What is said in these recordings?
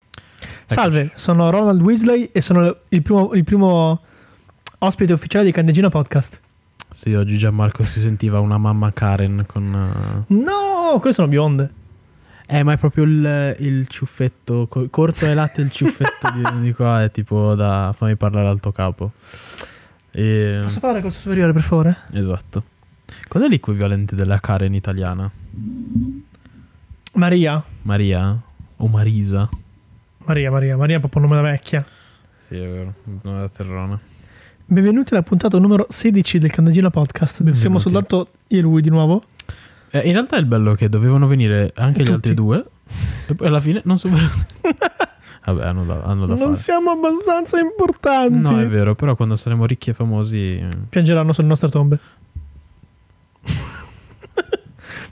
Ecco. Salve, sono Ronald Weasley e sono il primo, il primo ospite ufficiale di Candegino Podcast. Sì, oggi Gianmarco si sentiva una mamma Karen con... No, quelle sono bionde. eh, Eh, ma è proprio il, il ciuffetto, co- corto e latte il ciuffetto di, di qua, è tipo da... fammi parlare al tuo capo. E- Posso parlare col suo superiore, per favore? Esatto. Cos'è l'equivalente della Karen italiana? Maria. Maria? O Marisa? Maria, Maria, Maria è proprio un nome da vecchia. Sì, è vero, una terrona. Benvenuti alla puntata numero 16 del Candegino Podcast. Siamo Benvenuti. soltanto io e lui di nuovo. Eh, in realtà è il bello che dovevano venire anche gli Tutti. altri due e poi alla fine non sono venuti. Vabbè, hanno da, hanno da non fare. siamo abbastanza importanti. No, è vero, però quando saremo ricchi e famosi... eh, Piangeranno sulle nostre tombe.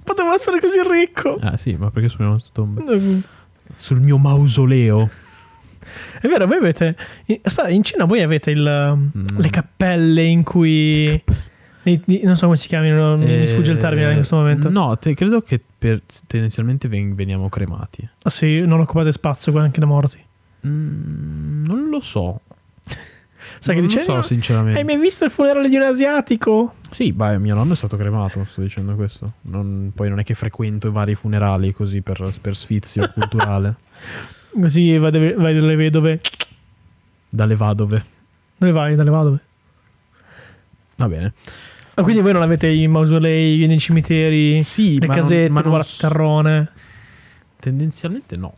Potevo essere così ricco. Ah sì, ma perché sulle nostre tombe? È Sul mio mausoleo. vero, voi avete. in- Aspetta, in Cina voi avete il, um, Mm. le cappelle in cui. nei- nei- non so come si chiamino, mi Eh, sfugge il termine in questo momento. No, te- credo che per- tendenzialmente ven- veniamo cremati. Ah sì, non occupate spazio qua anche da morti. Mm, non lo so. Sai che non dice? lo so, "Eh, sinceramente. Hai mai visto il funerale di un asiatico? Sì, beh, mio nonno è stato cremato, sto dicendo questo. Non- poi non è che frequento i vari funerali così per, per sfizio culturale. Così vai, dove- vai dalle vedove. Dalle vadove. Dove vai? Dalle vadove. Va bene. Ah, quindi voi non avete i mausolei nei cimiteri, Sì, Eh, le ma non- casette, ma il non s- terrone. Tendenzialmente no.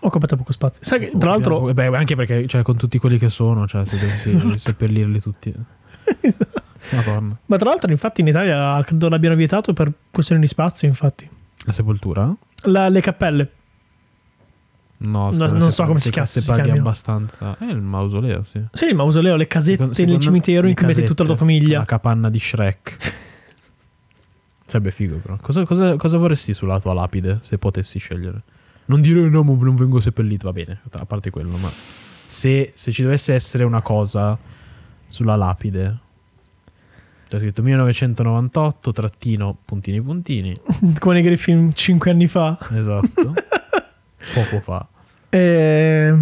Ho comprato poco spazio. Sai che, tra l'altro, Eh Beh, anche perché, cioè, con tutti quelli che sono, cioè, se dovessi seppellirli tutti. Esatto. Madonna. ma tra l'altro, infatti, in Italia credo l'abbiano vietato per questioni di spazio. Infatti, La sepoltura? La- le cappelle, No, No, scusa, non se so paghi- come si se- chiama- Se si paghi chiamino. abbastanza. È il mausoleo, sì. sì, il mausoleo, le casette Secondo- secondo nel me- cimitero le in cui metti casette, tutta la tua famiglia. La capanna di Shrek. Sarebbe figo, però. Cosa, cosa- cosa vorresti sulla tua lapide, se potessi scegliere? Non dire "Eh, no, mo- non vengo seppellito, va bene, a parte quello, ma se, se ci dovesse essere una cosa sulla lapide, c'è scritto 1998, trattino, puntini, puntini, Come nei Griffin 5 anni fa. esatto, poco fa. E...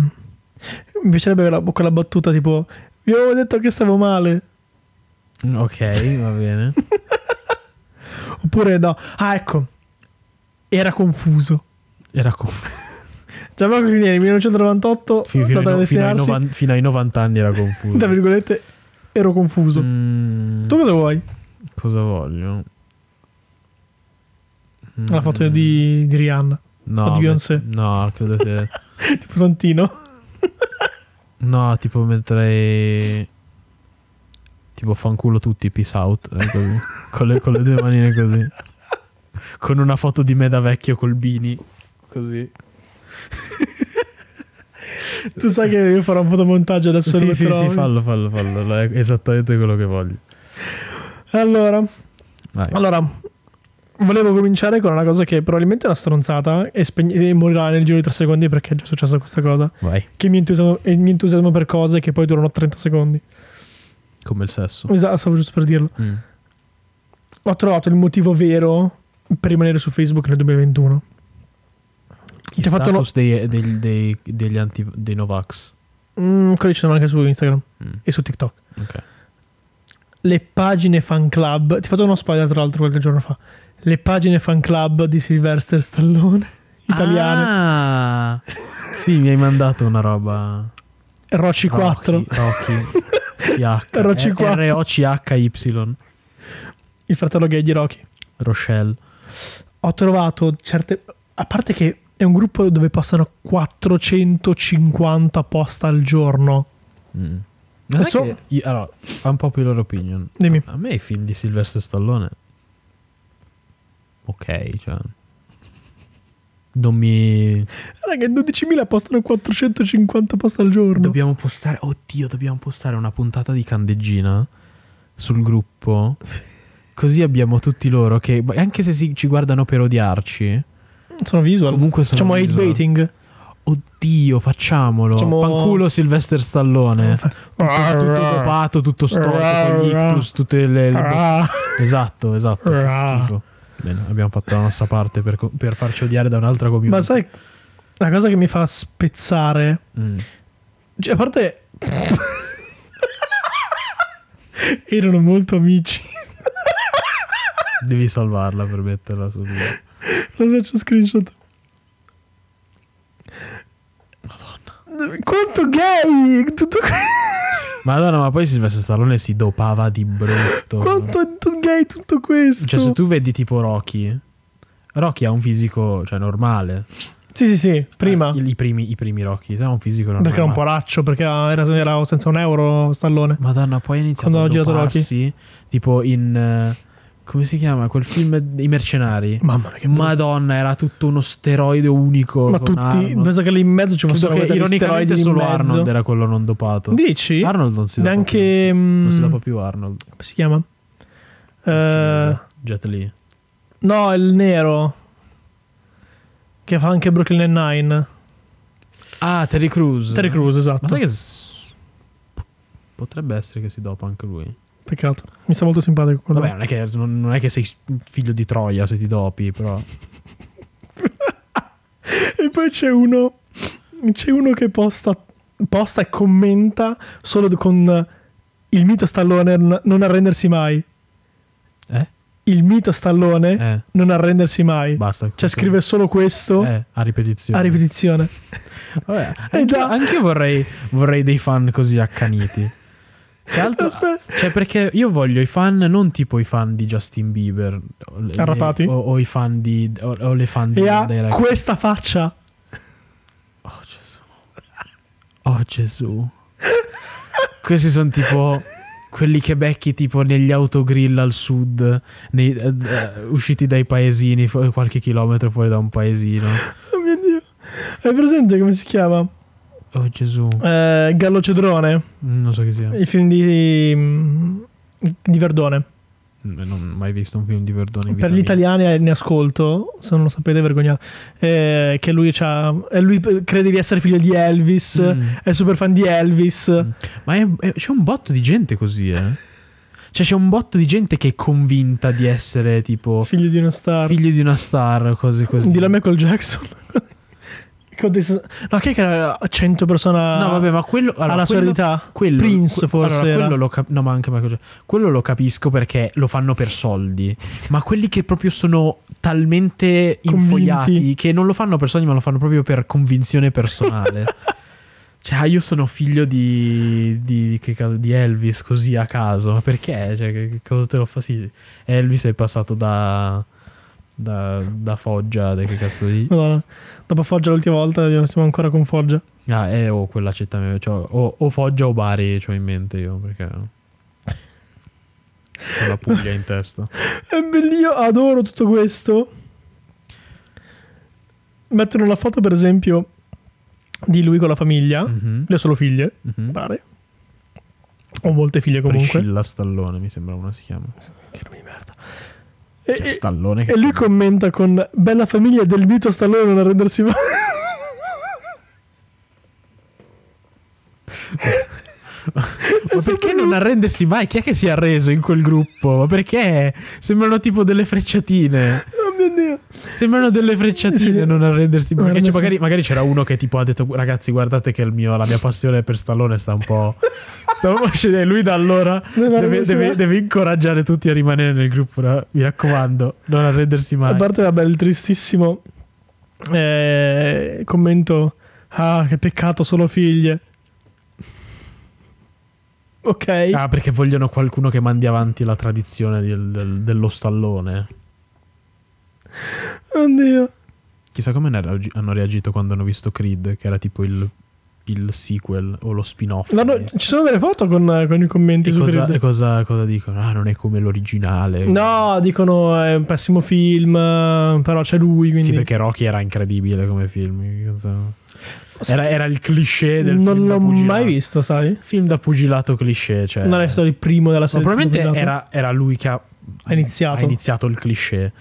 Mi piacerebbe quella, quella battuta tipo: Vi avevo detto che stavo male. Mm, Ok, va bene. Oppure no, ah, ecco, era confuso. Era confuso. Gianmarco Grinieri, 1998, Fino, fino data da ai, no- fino ai destinarsi, novan- fino ai 90 anni era confuso. tra virgolette, ero confuso. Mm, Tu cosa vuoi? cosa voglio? Mm, La foto di, di Rihanna, no, o di met- Beyoncé? No, credo sia. tipo Santino. no, tipo metterei. Tipo fanculo tutti, peace out. eh, così. con, le, con le due manine così. Con una foto di me da vecchio col Bini. Così. Tu sai che io farò un fotomontaggio adesso e lo Sì, sì, metterò- sì, fallo, fallo, fallo. È esattamente quello che voglio. Allora, Vai. allora, volevo cominciare con una cosa che probabilmente è una stronzata e, spegne- e morirà nel giro di 3 secondi perché è già successa questa cosa. Vai. Che mi entusiasmo, e mi entusiasmo per cose che poi durano 30 secondi. Come il sesso. Esatto, stavo giusto per dirlo. Mm. ho trovato il motivo vero per rimanere su Facebook nel 2021. Gli Ti ho fatto status dei, dei- dei- degli anti, dei Novax. Mm, quelli ci sono anche su Instagram Mm, e su TikTok. ok. Le pagine fan club. Ti ho fatto uno spoiler tra l'altro qualche giorno fa. Le pagine fan club di Sylvester Stallone italiane. Ah, sì, mi hai mandato una roba. Roci 4, Ah. Rocky. Rocky. Eh, Roci Rocky. quattro. R-O-C-H-Y. il fratello gay di Rocky. Rochelle. Ho trovato certe. A parte che è un gruppo dove passano 450 post al giorno. Mm. Ma Adesso- sai che io- allora, un popular opinion. Dimmi. A me i film di Sylvester Stallone. Ok, cioè. Non mi. Raga, 12.000 postano 450 post al giorno. Dobbiamo postare, oddio, dobbiamo postare una puntata di candeggina sul gruppo. Così abbiamo tutti loro che, anche se si- ci guardano per odiarci, Sono visual. Comunque sono Facciamo hate visual. baiting. oddio, facciamolo. Facciamo- Panculo Sylvester Stallone. Ah, Tutto, tutto dopato, tutto storto, con gli ictus, tutte le... le- Ah. Esatto, esatto, che Ah. schifo. Bene, abbiamo fatto la nostra parte per, co- per farci odiare da un'altra community. Ma sai, La cosa che mi fa spezzare Mm. Cioè, a parte. Erano molto amici. Devi salvarla per metterla su. La faccio screenshot. Madonna. Quanto gay! Tutto... Madonna, ma poi Silvestre Stallone si dopava di brutto. Quanto è tu- gay tutto questo? Cioè, se tu vedi tipo Rocky, Rocky ha un fisico, cioè, normale. Sì, sì, sì. Prima. Eh, I, i primi, I primi Rocky, ha un fisico normale. Perché era un ma- poraccio. Perché era, era senza un euro. Stallone. Madonna, poi ha iniziato Quando a ha girato Rocky. doparsi, tipo in... eh, come si chiama? Quel film dei mercenari. Mamma mia, che brutto. Madonna, era tutto uno steroide unico. Ma con tutti. Arnold. Penso che lì in mezzo ci Credo fossero che degli steroidi ironicamente in solo mezzo. Arnold era quello non dopato. Dici? Arnold non si dopa Neanche. più. Non si mm, dopa più Arnold. Come si chiama? il Eh, cinese, Jet Li. no, il nero. Che fa anche Brooklyn Nine-Nine. Ah, Terry Crews. Terry Crews, esatto. Ma sai che... s- Potrebbe essere che si dopa anche lui. Peccato. Mi sta molto simpatico. quello. Vabbè, non è, che, non- non è che sei figlio di Troia se ti dopi, però... E poi c'è uno. C'è uno che posta, posta e commenta solo con il mito stallone n- non arrendersi mai. Eh? Il mito stallone Eh, non arrendersi mai. basta. Cioè, scrive solo questo Eh, a ripetizione. a ripetizione. Vabbè, Eh, anche, già. anche io vorrei, vorrei dei fan così accaniti. Che altro, Aspetta. cioè, perché io voglio i fan, non tipo i fan di Justin Bieber o le- Arrapati? o, o i fan di. o, o le fan di. E ha dei rag- questa faccia. oh Gesù. Oh Gesù. Questi sono tipo. Quelli che becchi tipo negli autogrill al sud, nei- eh, eh, usciti dai paesini, fu- qualche chilometro fuori da un paesino. Oh mio dio. Hai presente come si chiama? Oh Gesù, Mm, Eh, Gallo Cedrone. non so chi sia. Il film di. di Verdone. Mm, Non ho mai visto un film di Verdone in vita per gli mia. italiani è in ascolto, se non lo sapete vergognate, eh, che lui, c'ha, e lui crede di essere figlio di Elvis, Mm. è super fan di Elvis. Ma è- è- c'è un botto di gente così, eh. Cioè, c'è un botto di gente che è convinta di essere tipo Figlio di una star. figlio di una star, cose così. Dillo a Michael Jackson. Con dei- no, che era 100 persone No, vabbè, ma quello. allora, alla sua quello- eredità? quello- Prince, que- forse allora, era. quello lo cap- no, ma anche Michael Jackson. Quello lo capisco perché lo fanno per soldi. Ma quelli che proprio sono talmente Convinti. infogliati che non lo fanno per soldi, ma lo fanno proprio per convinzione personale. cioè, ah, io sono figlio di, di, che cazzo- di Elvis così a caso. Ma perché? Cioè, che, che cosa te lo fa? Sì, Elvis è passato da. Da, da Foggia, da che cazzo di. Madonna. Dopo Foggia l'ultima volta, siamo ancora con Foggia. Ah, eh, o quella città. Cioè, o, o Foggia o Bari, ho in mente io, perché. Ho la Puglia in testa. È bellissimo, adoro tutto questo. Mettono la foto, per esempio, di lui con la famiglia. Mhm, Le solo figlie. mhm. pare. Ho molte figlie comunque. Priscilla Stallone, mi sembra una si chiama. Che nome di merda. Cioè, E, Stallone. che- e lui commenta con Bella famiglia del mito Stallone non arrendersi mai. Ma perché non arrendersi mai? Chi è che si è arreso in quel gruppo? Ma perché? Sembrano tipo delle frecciatine. Oh mio dio. Sembrano delle frecciatine Sì, sì. non arrendersi mai. Non Perché c'è arrendersi- magari, magari c'era uno che tipo ha detto: Ragazzi, guardate che il mio- la mia passione per Stallone sta un po'. sta un po' scendendo." E lui da allora Non deve, arrendersi deve- mai. deve incoraggiare tutti a rimanere nel gruppo. ra- Mi raccomando, non arrendersi A mai. parte, vabbè, il tristissimo eh, commento. Ah, che peccato, solo figlie. Ok. Ah, perché vogliono qualcuno che mandi avanti la tradizione del- del- dello Stallone. Oddio. Chissà come ne reagi- hanno reagito quando hanno visto Creed, che era tipo il, il sequel o lo spin-off. No, no, ci sono delle foto con, con i commenti e su cosa, Creed. e cosa- cosa dicono? Ah, non è come l'originale. No, dicono è un pessimo film, eh, però c'è lui, quindi... Sì, perché Rocky era incredibile come film. che cazzo. Era, era il cliché del non film. da l'ho pugilato. mai visto, sai? Film da pugilato cliché. Cioè, non è stato il primo della Ma serie. probabilmente pugilato. era, era lui che ha, Ha iniziato. ha iniziato il cliché.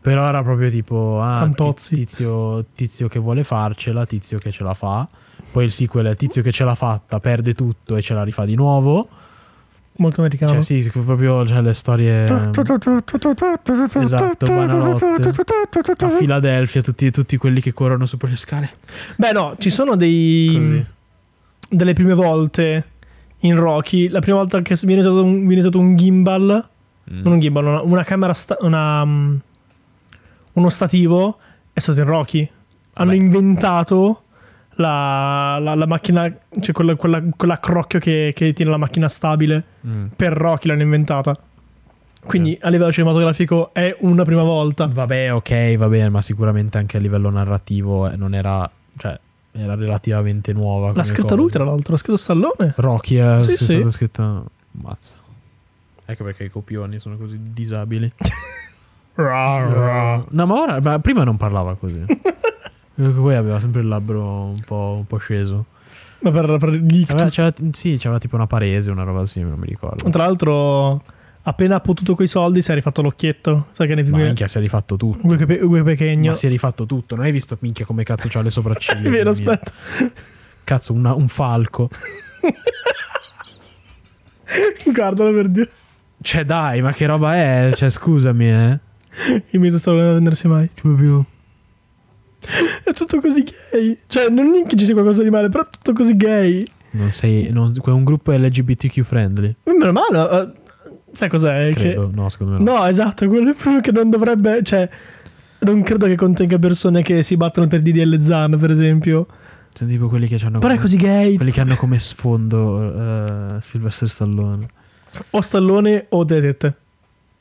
Però era proprio tipo ah, Fantozzi. ti- tizio, tizio che vuole farcela, tizio che ce la fa. Poi il sequel è tizio che ce l'ha fatta, perde tutto e ce la rifà di nuovo. molto americano. Cioè, sì, sì, proprio cioè, le storie. Esatto, Bananotte. A Filadelfia, tutti, tutti quelli che corrono su per le scale. Beh, no, ci sono dei, Così. delle prime volte in Rocky. La prima volta che viene usato un, viene usato un gimbal, Mm. non un gimbal, una, una camera, sta- una, mm, uno stativo, è stato in Rocky. Hanno Vabbè. inventato la, la- la macchina, cioè quella, quella, quella a crocchio che, che tiene la macchina stabile. Mm. Per Rocky l'hanno inventata. Quindi a livello cinematografico è una prima volta. Vabbè, ok, va bene, ma sicuramente anche a livello narrativo eh, non era. cioè, era relativamente nuova. L'ha come scritta cosa. lui, tra l'altro, l'ha scritto Stallone. Rocky è Sì, sì, sì. stata scritta. Mazza. Ecco perché i copioni sono così disabili. No, ma ora ma prima non parlava così. Eh, Poi aveva sempre il labbro un po', un po sceso. Ma per, per gli C'aveva, ictus. c'aveva- sì, c'aveva tipo una parese, una roba simile, non mi ricordo. Tra l'altro, appena ha potuto coi soldi, si è rifatto l'occhietto. Sai che nei Ma film. minchia, si è rifatto tutto. Gue Pechegno. Ma si è rifatto tutto. Non hai visto minchia come cazzo c'ha le È sopracciglia? vero, Dio mio. aspetta. Cazzo, una- un falco. Guardalo per dire. Cioè, dai, ma che roba è? Cioè, scusami, eh. Il mio stavo a vendersi mai. Proprio. È tutto così gay. Cioè, non è che ci sia qualcosa di male, però è tutto così gay. Non sei. non- è un gruppo LGBTQ friendly. Meno male. eh, sai cos'è? Che- Credo. No, secondo me no. No, esatto, quello è proprio che non dovrebbe. Cioè, non credo che contenga persone che si battono per DDL Zan, per esempio. Sono tipo quelli che hanno. Però è come- così gay. Quelli che hanno come sfondo eh, Sylvester Stallone. O stallone o delle tette.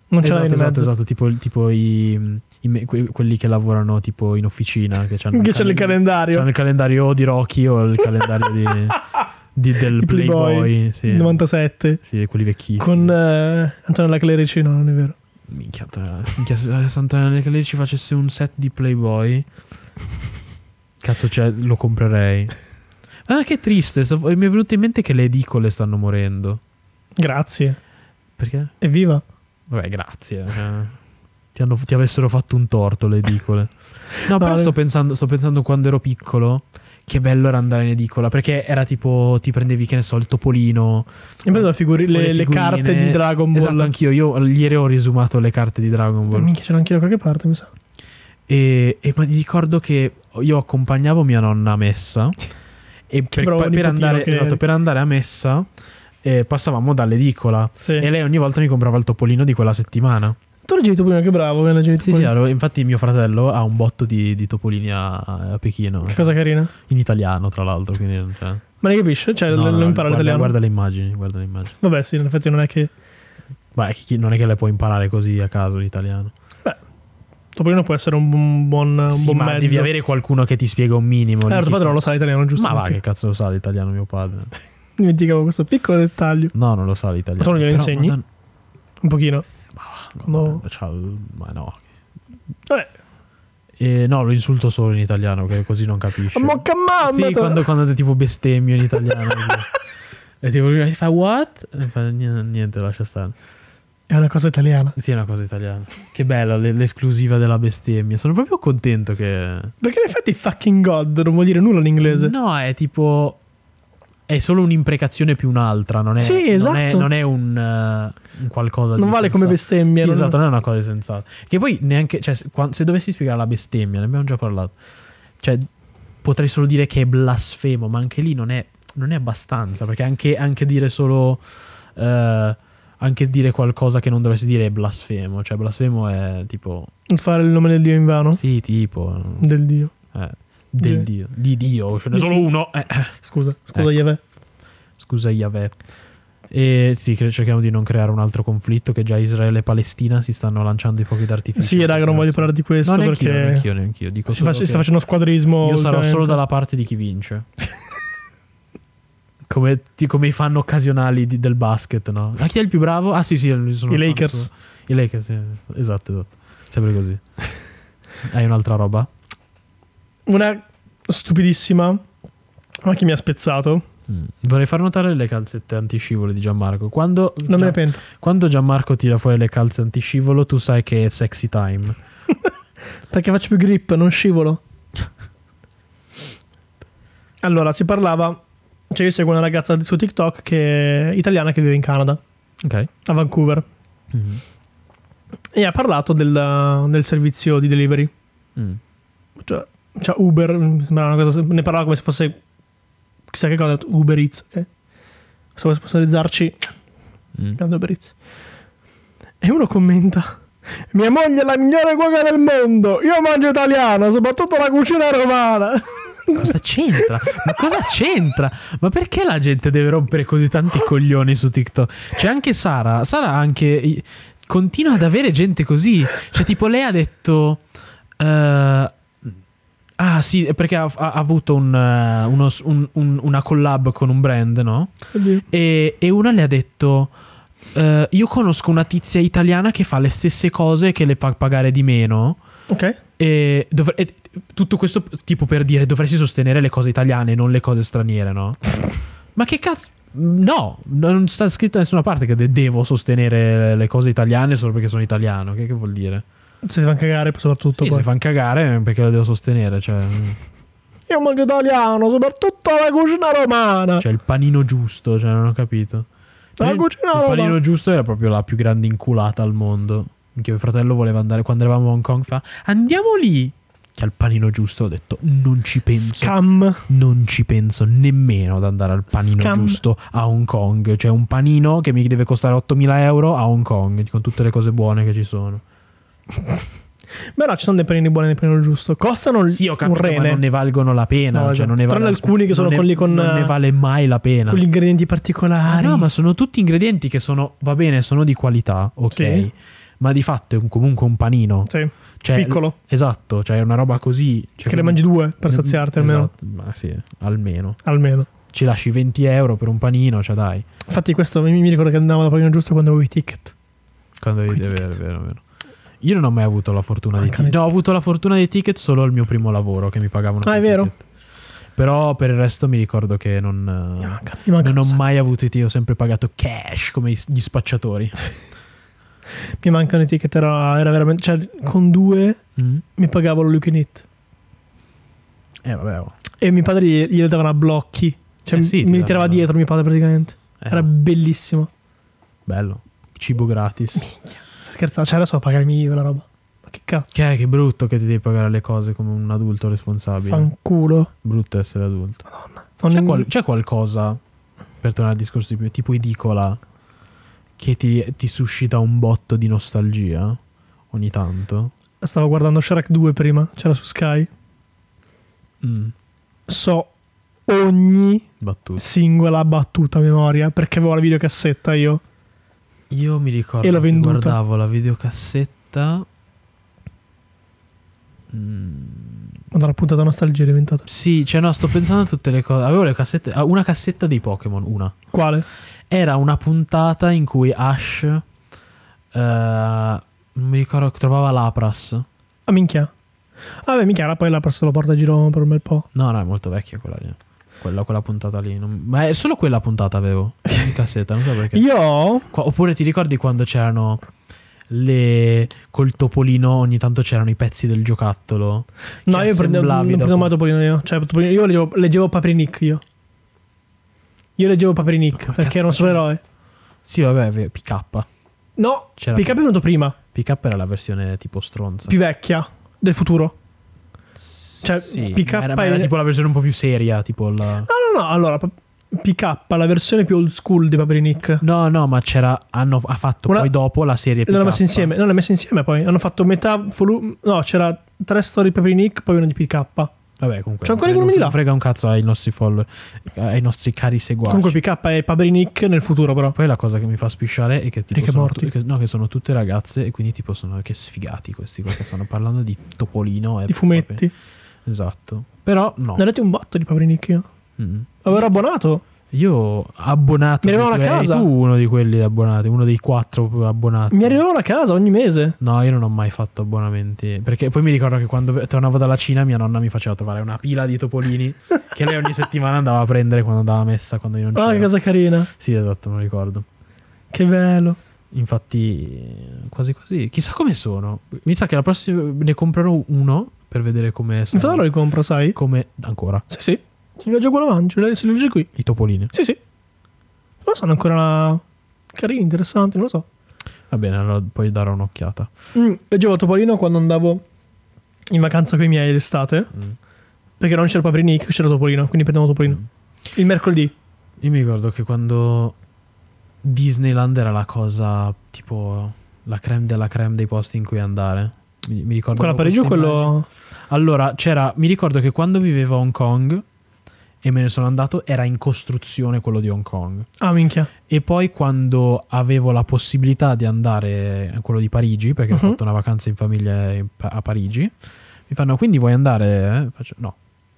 Non ce l'hai esatto, in esatto, mezzo. esatto, tipo, tipo i, i me- que- quelli che lavorano tipo in officina, che hanno Che c'è il calendario. esatto. C'hanno il calendario o di Rocky o il calendario di, di- del I Playboy, Playboy. Sì, 97 sì, quelli vecchissimi. con eh, Antonella Clerici, no, non è vero. Minchia, Antonella- minchia, se se Antonella Calerici facesse un set di Playboy, cazzo, cioè, lo comprerei. Ma che triste, sto- mi è venuto in mente che le edicole stanno morendo. Grazie. Perché? Evviva. Vabbè, grazie. eh. ti, hanno- ti avessero fatto un torto le edicole. No, però No, sto eh. pensando, sto pensando quando ero piccolo. Che bello era andare in edicola. Perché era tipo, ti prendevi, che ne so, il topolino. In mezzo alla figuri- o le, le figurine. carte di Dragon Ball. Esatto, anch'io. Io ieri ho risumato le carte di Dragon Ball. Minchia, c'era anch'io da qualche parte, mi sa. E, e ma mi ricordo che io accompagnavo mia nonna a messa. E per, bravo per nipotino andare, che esatto, eri. per andare a messa eh, passavamo dall'edicola. Sì. E lei ogni volta mi comprava il topolino di quella settimana. Tu leggevi tu prima, che bravo. Che leggevi tu Sì, sì, prima. allora, infatti mio fratello ha un botto di, di topolini a, a Pechino, Che cosa carina. in italiano tra l'altro, quindi cioè, Ma ne capisce? Cioè, no, lo- no, lo no, impara guarda, l'italiano. Guarda le immagini, guarda le immagini. Vabbè, sì, in effetti non è che. Beh, chi- chi- non è che le puoi imparare così a caso l'italiano. Topolino può essere un bu- un buon, Ah, un Sì, buon ma mezzo. devi avere qualcuno che ti spiega un minimo. Eh, di tuo chi- padre non lo sa l'italiano, giusto? ma va, che cazzo lo sa l'italiano mio padre? Dimenticavo questo piccolo dettaglio. No, non lo sa l'italiano. Ma tu non glielo Però, insegni? madonna- Un pochino. madonna, No. ciao, cioè, ma no. Vabbè, Eh, no, lo insulto solo in italiano, che così non capisce. mocca mamma! Sì, quando, quando tipo bestemmio in italiano. e tipo lui fa what? E fa, "Niente, niente, lascia stare. È una cosa italiana. Sì, è una cosa italiana. Che bella le- l'esclusiva della bestemmia. Sono proprio contento che... Perché in effetti fucking god non vuol dire nulla in inglese. No, è tipo... È solo un'imprecazione più un'altra, non è, Sì, non è- esatto. non è un, eh, un qualcosa di... non vale come sensato. bestemmia. Sì, non- esatto, non è una cosa sensata. Che poi neanche. Cioè, se, quan- se dovessi spiegare la bestemmia, ne abbiamo già parlato. Cioè, potrei solo dire che è blasfemo, ma anche lì non è, non è abbastanza. Perché anche, anche dire solo. eh, anche dire qualcosa che non dovresti dire è blasfemo. Cioè, blasfemo è tipo. Fare il nome del Dio in vano. Sì, tipo. Del Dio. eh, del Sì. Dio. Di Dio, ce n'è Sì. solo uno. Eh, eh, Scusa, scusa, Ecco. Yahweh. scusa, Yahweh. E sì, cre- cerchiamo di non creare un altro conflitto. Che già Israele e Palestina si stanno lanciando i fuochi d'artificio. Sì, raga, non voglio parlare di questo No, neanch'io, perché neanch'io, neanch'io. Dico si, fa- solo si sta che facendo squadrismo. Io sarò ultimamente. solo dalla parte di chi vince. come, ti- come i fan occasionali di- del basket, no? Ah, chi è il più bravo? Ah, sì, sì, sono I sono- Lakers. sono- I Lakers, sì, esatto, esatto. Sempre così. Hai un'altra roba? Una stupidissima, ma che mi ha spezzato. Mm. Vorrei far notare le calzette antiscivolo di Gianmarco. Quando, Non me Gian- ne pento. quando Gianmarco tira fuori le calze antiscivolo, tu sai che è sexy time. Perché faccio più grip, non scivolo. Allora, si parlava. Cioè, io seguo una ragazza su TikTok che è italiana che vive in Canada. Ok. a Vancouver Mhm. e ha parlato del, del servizio di delivery. Mm. Cioè, cioè Uber, mi sembrava una cosa, ne parlava come se fosse chissà che cosa, ha detto Uber Eats, ok? Se vuoi sponsorizzarci, Mm. grande Uber Eats. E uno commenta, mia moglie è la migliore cuoca del mondo, io mangio italiano, soprattutto la cucina romana. Cosa c'entra? Ma cosa c'entra? Ma perché la gente deve rompere così tanti coglioni su TikTok? C'è anche Sara. Sara anche i- continua ad avere gente così. Cioè, tipo, lei ha detto. eh, ah, sì, perché ha, ha- ha avuto un, eh, uno s- un- un- una collab con un brand, no? Oddio. E, e una le ha detto. eh, io conosco una tizia italiana che fa le stesse cose che le fa pagare di meno. Ok, E, dovr- e tutto questo tipo per dire dovresti sostenere le cose italiane, non le cose straniere, no? Ma che cazzo? No, non sta scritto da nessuna parte che de- devo sostenere le cose italiane solo perché sono italiano. Che, che vuol dire? si fa cagare soprattutto Sì, poi. se fanno cagare eh, perché le devo sostenere. Cioè, mm, Io mangio italiano, soprattutto la cucina romana. cioè il panino giusto, cioè, non ho capito. La Il- cucina il romana. panino giusto era proprio la più grande inculata al mondo. Anche mio fratello voleva andare quando eravamo a Hong Kong. Fa andiamo lì. Che al panino giusto ho detto non ci penso. Scam. non ci penso nemmeno ad andare al panino Scam. giusto a Hong Kong. Cioè, un panino che mi deve costare 8.000 euro a Hong Kong, con tutte le cose buone che ci sono. Beh, no, ci sono dei panini buoni e dei panini giusto. Costano Sì, ho un capito, ma rene. non ne valgono la pena. No, cioè, esatto. non ne vale Tranne la- alcuni che sono non ne- quelli con, Non ne eh, vale mai la pena. con gli ingredienti Ah, particolari. no, ma sono tutti ingredienti che sono, va bene, sono di qualità, ok. Sì. Ma di fatto è un- comunque un panino. Sì, Cioè, piccolo. Esatto, cioè è una roba così. Cioè, che ne mangi due per Mm, saziarti almeno. esatto, ma sì, almeno. Almeno. Ci lasci 20 euro per un panino, cioè dai. Infatti, questo mi, mi ricordo che andavo al panino giusto quando avevo i ticket. Quando devi Quei vero, vero, vero. Io non ho mai avuto la fortuna dei Manca ticket. le- No, ho avuto la fortuna dei ticket solo al mio primo lavoro che mi pagavano. Ah, con è vero. ticket. Però per il resto mi ricordo che non. Mi eh, manca, mi manca non un ho sacco. mai avuto i ticket, ho sempre pagato cash come i- gli spacciatori. Mi mancano i ticket. Era, era veramente. Cioè, con due Mm. mi pagavo lo Luke It. Eh, vabbè. oh. E mio padre gli- glielo davano a blocchi. Cioè, Eh sì, ti mi davano- li tirava dietro mio padre praticamente. Eh, Era bellissimo. bello. Cibo gratis. Sto scherzando, cioè adesso a pagarmi io la roba. Ma che cazzo? Che, che brutto che ti devi pagare le cose come un adulto responsabile. Fanculo. brutto essere adulto. Non C'è, qual- c'è qualcosa, per tornare al discorso di prima, tipo edicola, che ti, ti suscita un botto di nostalgia ogni tanto? Stavo guardando Shrek 2 prima, c'era su Sky. Mm, So ogni battuta. singola battuta a memoria perché avevo la videocassetta io. Io mi ricordo E l'ho che venduta. guardavo la videocassetta. Mm, Quando la puntata nostalgia è diventata. sì, cioè no, sto pensando a tutte le cose. Avevo le cassette, ah, una cassetta dei Pokémon, una. Quale? Era una puntata in cui Ash, eh, non mi ricordo, trovava Lapras. Ah minchia. Ah beh, minchia, era poi la prossima lo porta a giro per un bel po'. No, no, è molto vecchia quella lì. Quella, quella puntata lì. non- Ma è solo quella puntata avevo in cassetta, non so perché. Io Qua- oppure ti ricordi quando c'erano le. col topolino ogni tanto c'erano i pezzi del giocattolo? No, Che io mm, prendevo, non assemblavi prendevo dopo. mai Topolino io. Cioè, Topolino- io leggevo, leggevo Paprinic io. Io leggevo Ma Paprinic come perché cazzo era un supereroe. facevi? Sì, vabbè, ve- PK. No, C'era- PK è venuto prima, PK era la versione tipo stronza. più vecchia, del futuro. cioè, PK ma era, ma era è- tipo la versione un po' più seria. Tipo No, la. no, no, allora, pa- PK, la versione più old school di Paprinic. No, no, ma c'era. Hanno, ha fatto Una- poi dopo la serie PK. L'hanno messa insieme, non l'hanno messa insieme poi. Hanno fatto metà volume. No, c'era tre storie di Paprinic, poi una di PK. Vabbè, comunque. C'è ancora non quello di là? frega un cazzo ai nostri follower, eh, ai nostri cari seguaci. Comunque PK è Paprinic nel futuro, però. Poi la cosa che mi fa spisciare è che, tipo, Rick e sono, Morty. tu- che- no, che sono tutte ragazze e quindi tipo sono che sfigati questi qua che stanno parlando di Topolino e Di fumetti. Esatto. Però no. Ne ho letti un botto di Paprinic io. Mm. Avevo abbonato. Io abbonato Mi arrivavano eri a casa. tu uno di quelli abbonati, uno dei quattro abbonati. Mi arrivavano a casa ogni mese. No, io non ho mai fatto abbonamenti. Perché poi mi ricordo che quando ve- tornavo dalla Cina mia nonna mi faceva trovare una pila di topolini che lei ogni settimana andava a prendere quando andava a messa, quando io non Ah, c'era. che cosa carina. Sì, esatto, me lo ricordo. Che bello. Infatti, quasi così. Chissà come sono. Mi sa che la prossima ne comprerò uno per vedere come Mi sono. fa lo ricompro, sai? Come ancora Sì, sì. Se li legge qua davanti, se li legge qui. i topolini. Sì, sì. Ma sono ancora carini, interessanti, non lo so. Va bene, allora poi darò un'occhiata. Mm, leggevo Topolino quando andavo in vacanza con i miei l'estate. Mm. Perché non c'era Paprinic, c'era Topolino, quindi prendiamo Topolino. Il mercoledì. Io mi ricordo che quando Disneyland era la cosa tipo la creme della creme dei posti in cui andare. Mi, mi ricordo Quello a Parigi o questa immagine. quello... Allora, c'era, mi ricordo che quando vivevo a Hong Kong e me ne sono andato, era in costruzione quello di Hong Kong. Ah, minchia. E poi quando avevo la possibilità di andare a quello di Parigi, perché Mhm. ho fatto una vacanza in famiglia in Pa- a Parigi, mi fanno quindi vuoi andare? eh?" Faccio, no.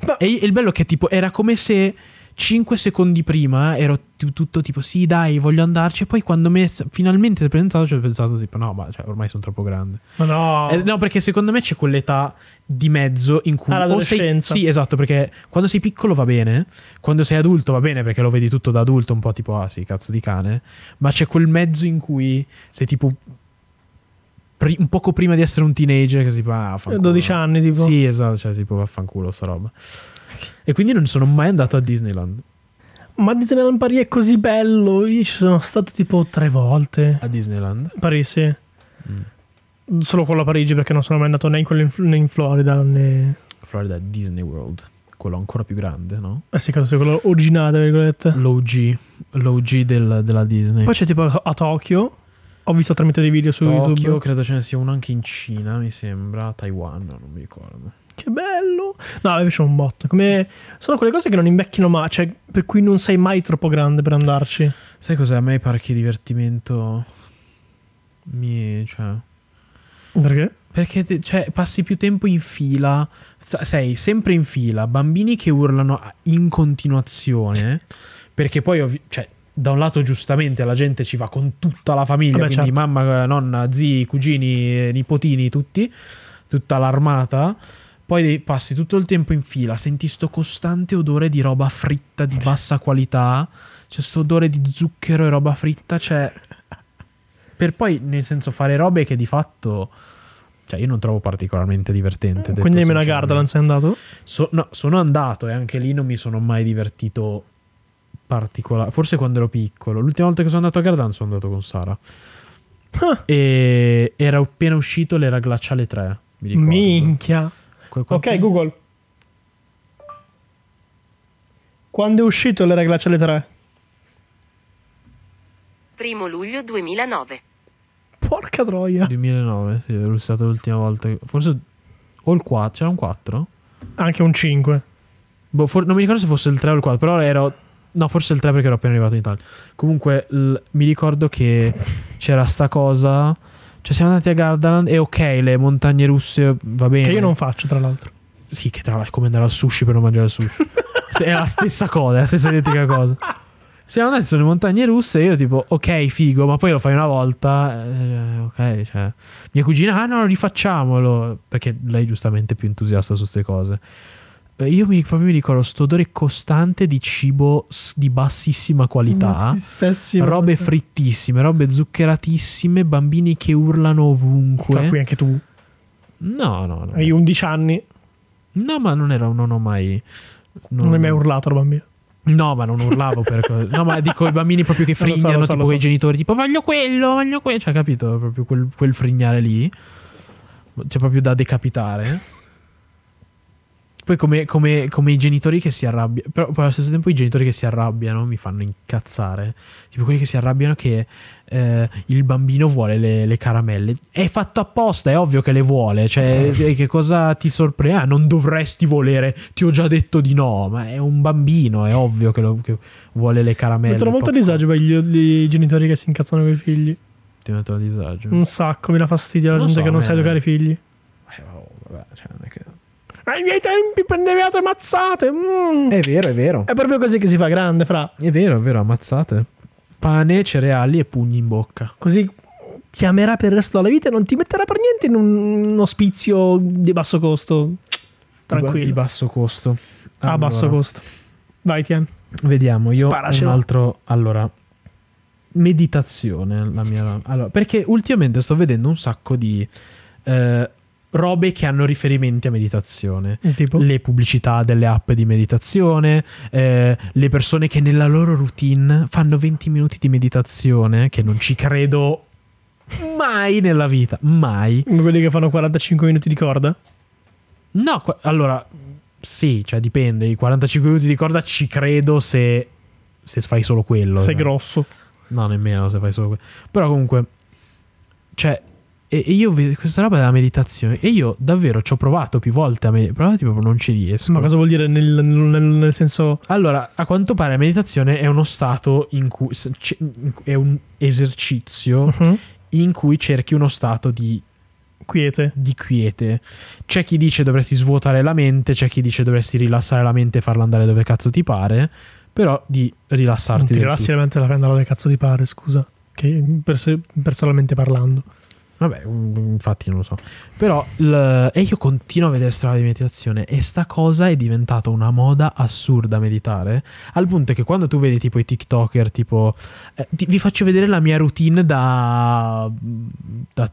Ma- E il bello è che tipo era come se 5 secondi prima ero t- tutto tipo sì dai voglio andarci e poi quando mi è s- finalmente si è presentato ci ho pensato tipo no ma cioè, ormai sono troppo grande. Ma no. Eh, no perché secondo me c'è quell'età di mezzo in cui... Ah, o sei, l'adolescenza. sì esatto perché quando sei piccolo va bene, quando sei adulto va bene perché lo vedi tutto da adulto un po' tipo ah sì cazzo di cane, ma c'è quel mezzo in cui sei tipo... pri- un poco prima di essere un teenager che si fa... Ah, fanculo. 12 anni, tipo. Sì, esatto, cioè tipo vaffanculo sta roba. E quindi non sono mai andato a Disneyland. Ma Disneyland Paris è così bello. Io ci sono stato tipo tre volte. A Disneyland? Paris, sì. Mm. Solo quello a Parigi perché non sono mai andato né in, quello in, né in Florida né... Florida Disney World, quello ancora più grande, no? Eh sì, cazzo, quello originale, tra virgolette. Mm. L'OG, l'OG del- della Disney. Poi c'è tipo a Tokyo. Ho visto tramite dei video su Tokyo, YouTube. credo ce ne sia uno anche in Cina, mi sembra, Taiwan, no, non mi ricordo. Che bello! No, a me piace un botto. Come... Sono quelle cose che non invecchiano mai, cioè per cui non sei mai troppo grande per andarci. Sai cos'è? A me i parchi divertimento mi, cioè, Perché? Perché te- cioè, passi più tempo in fila, sa- sei sempre in fila, bambini che urlano a- in continuazione, perché poi ovvi- cioè, da un lato giustamente la gente ci va con tutta la famiglia, Vabbè, quindi certo. mamma, nonna, zii, cugini, eh, nipotini, tutti, tutta l'armata. Poi devi- passi tutto il tempo in fila, senti sto costante odore di roba fritta di bassa qualità, c'è sto odore di zucchero e roba fritta, cioè per poi nel senso fare robe che di fatto cioè io non trovo particolarmente divertente detto Mm, Quindi nemmeno a sinceramente. Gardaland sei andato? So- no, sono andato e anche lì non mi sono mai divertito particolare forse quando ero piccolo l'ultima volta che sono andato a Gardaland sono andato con Sara Ah. e era appena uscito l'era glaciale 3 mi ricordo Minchia. Que- quanti- Ok, Google. Quando è uscito l'era glaciale 3? Primo luglio 2009. Porca troia. 2009 sì, è stata l'ultima volta che- forse o il 4 c'era un 4 Anche un 5. Boh, for- non mi ricordo se fosse il 3 o il 4, però ero... No, forse il 3 perché ero appena arrivato in Italia. Comunque, l- mi ricordo che c'era sta cosa... Cioè, siamo andati a Gardaland e ok, le montagne russe, va bene. Che io non faccio, tra l'altro. Sì, che tra l'altro è come andare al sushi per non mangiare il sushi. Se- è la stessa cosa, è la stessa identica cosa. Siamo andati sulle montagne russe e io tipo, ok, figo, ma poi lo fai una volta, eh, ok, cioè... Mia cugina, ah no, rifacciamolo, perché lei è giustamente è più entusiasta su queste cose. Eh, Io mi, proprio mi ricordo sto odore costante di cibo s- di bassissima qualità. Ma sì, spessimo. Robe frittissime, robe zuccheratissime, bambini che urlano Tra cui ovunque. anche tu. No, no, no. Hai 11 anni. No, ma non era, non ho mai. Non hai mai Mm. urlato da bambino. No, ma non urlavo per co- No, ma dico i bambini proprio che No, lo so, frignano, lo so, tipo lo so. quei genitori, tipo voglio quello, voglio quello. Cioè, capito? Proprio quel, quel frignare lì. Cioè, proprio da decapitare. Poi come, come- come i genitori che si arrabbiano. Però poi allo stesso tempo i genitori che si arrabbiano mi fanno incazzare. Tipo quelli che si arrabbiano che eh, il bambino vuole le, le caramelle. È fatto apposta, è ovvio che le vuole. Cioè, eh, che cosa ti sorprende? Ah, non dovresti volere, ti ho già detto di no. Ma è un bambino, è ovvio che, lo- che vuole le caramelle. Mettono molto a popcorn. disagio per gli, i genitori che si incazzano con i figli. Ti mettono a disagio. Un sacco, mi dà fastidio la Non gente Mm. so, che non a me- sa educare i figli. Eh, oh, vabbè, cioè, non è che- Ai miei tempi prendevate mazzate. mm. È vero, è vero. È proprio così che si fa grande, fra. È vero, è vero, ammazzate. Pane, cereali e pugni in bocca. Così ti amerà per il resto della vita e non ti metterà per niente in un, un ospizio di basso costo. Di Tranquillo. basso costo. A basso Allora, costo. Vai, Tian. Vediamo, io Sparacela. un altro... Allora, meditazione, la mia... Allora, perché ultimamente sto vedendo un sacco di eh, robe che hanno riferimenti a meditazione. Tipo? Le pubblicità delle app di meditazione, eh, le persone che nella loro routine fanno 20 minuti di meditazione, che non ci credo mai nella vita, mai. Come quelli che fanno 45 minuti di corda? No, qua- allora sì, cioè dipende. I 45 minuti di corda ci credo se, se fai solo quello. Sei Cioè, grosso. No, nemmeno se fai solo quello. Però comunque, cioè, e, e io vedo questa roba della meditazione. E io davvero ci ho provato più volte a meditare, però proprio non ci riesco. Ma cosa vuol dire nel, nel- nel- nel senso... Allora, a quanto pare la meditazione è uno stato in cui s- c- in cui- è un esercizio Mhm. in cui cerchi uno stato di Quiete. di quiete. C'è chi dice dovresti svuotare la mente, c'è chi dice dovresti rilassare la mente e farla andare dove cazzo ti pare, però di rilassarti. Non ti del rilassi la mente la prendala dove cazzo ti pare, scusa. Che pers- personalmente parlando. tutto. Vabbè, mm, infatti non lo so. Però il- e io continuo a vedere strada di meditazione e sta cosa è diventata una moda assurda meditare, al punto che quando tu vedi tipo i TikToker tipo eh, ti- vi faccio vedere la mia routine da da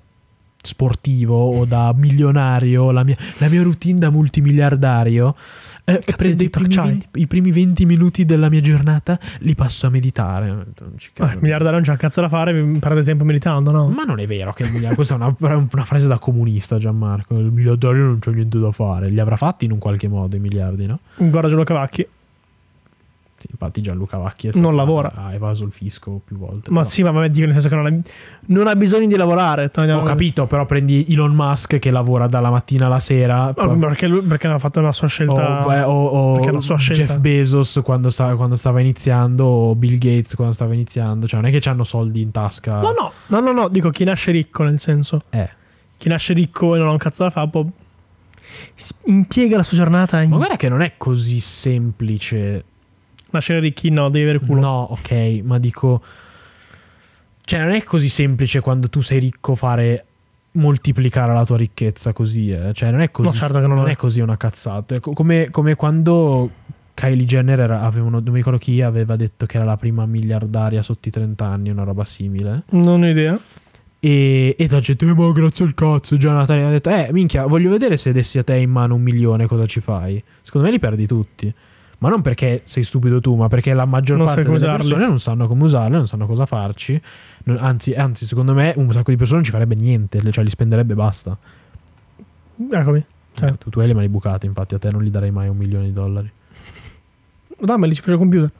sportivo o da milionario, la mia, la mia routine da multimiliardario. Eh, Cazzo prendo di i TikTok primi, c'hai? 20, i primi 20 minuti della mia giornata, li passo a meditare. Non ci credo. Eh, miliardario non c'ha un cazzo da fare, vi- perde tempo meditando, no? Ma non è vero che il miliardario, questa è una, una frase da comunista Gianmarco, il miliardario non c'è niente da fare, li avrà fatti in un qualche modo i miliardi, no? Guarda Gianluca Cavacchi. Sì, infatti Gianluca Vacchi è Non lavora. ha evaso il fisco più volte. Ma però. sì, eh. ma vabbè, dico nel senso che non ha, non ha bisogno di lavorare. Ho capito, però prendi Elon Musk che lavora dalla mattina alla sera, Ah, perché, lui, perché non ha fatto una sua scelta. o, o- o perché è la sua scelta. Jeff Bezos quando, sta- quando stava iniziando o Bill Gates quando stava iniziando cioè non è che hanno soldi in tasca No, no, no, no, no, dico chi nasce ricco, nel senso. Eh. Chi nasce ricco e non ha un cazzo da fare, può. s- Impiega la sua giornata in ma guarda che non è così semplice nascere ricchi, no, devi avere culo. no ok ma dico cioè non è così semplice quando tu sei ricco fare moltiplicare la tua ricchezza così eh. cioè non è così No, certo che non non è. è così una cazzata È co- come, come quando Kylie Jenner era- aveva uno, non mi ricordo chi aveva detto che era la prima miliardaria sotto i 30 anni una roba simile Non ho idea. E, e la gente, "Eh, ma grazie al cazzo, già Natale ha detto, eh minchia, voglio vedere se dessi a te in mano un milione cosa ci fai. Secondo me li perdi tutti. Ma non perché sei stupido tu, ma perché la maggior Non sai parte come delle usarli. persone non sanno come usarli, non sanno cosa farci. Non- anzi, anzi, secondo me un sacco di persone non ci farebbe niente, le- cioè li spenderebbe e basta. Eccomi. Cioè. Eh, tu, tu hai le mani bucate, infatti a te non gli darei mai un milione di dollari. Dammeli, ci faccio il computer.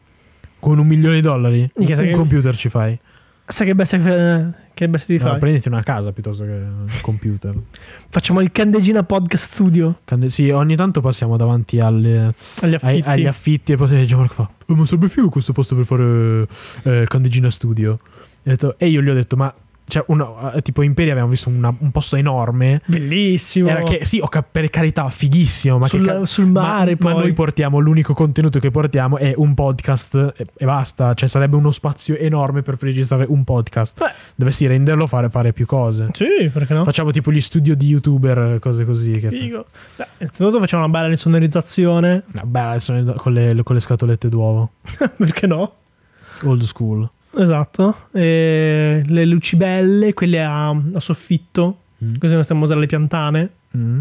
Con un milione di dollari? Un, Minchia, sai che- computer ci fai. Sai che bestia che, che bestia ti Allora, fai? prenditi una casa piuttosto che un computer. Facciamo il Candegina Podcast Studio Cande- sì, ogni tanto passiamo davanti alle, agli ai- affitti. agli affitti e poi c'è Gianmarco fa "Eh, ma sarebbe figo questo posto per fare eh, Candegina Studio e, ho detto- e io gli ho detto ma cioè, una- eh, tipo in Peri abbiamo visto una- un posto enorme Bellissimo. era che sì ho cap- per carità fighissimo ma che sul, ca- sul ma- mare ma, poi. noi portiamo l'unico contenuto che portiamo è un podcast e, e basta cioè sarebbe uno spazio enorme per registrare un podcast Beh. dovresti renderlo fare, fare più cose Sì, perché no? facciamo tipo gli studio di youtuber cose così che Figo. Beh, innanzitutto facciamo una bella insonorizzazione. Vabbè, adesso ne- con le, con le scatolette d'uovo perché no? old school Esatto. E le luci belle, quelle a, a soffitto. Mm. Così non stiamo a usare le piantane. Mm.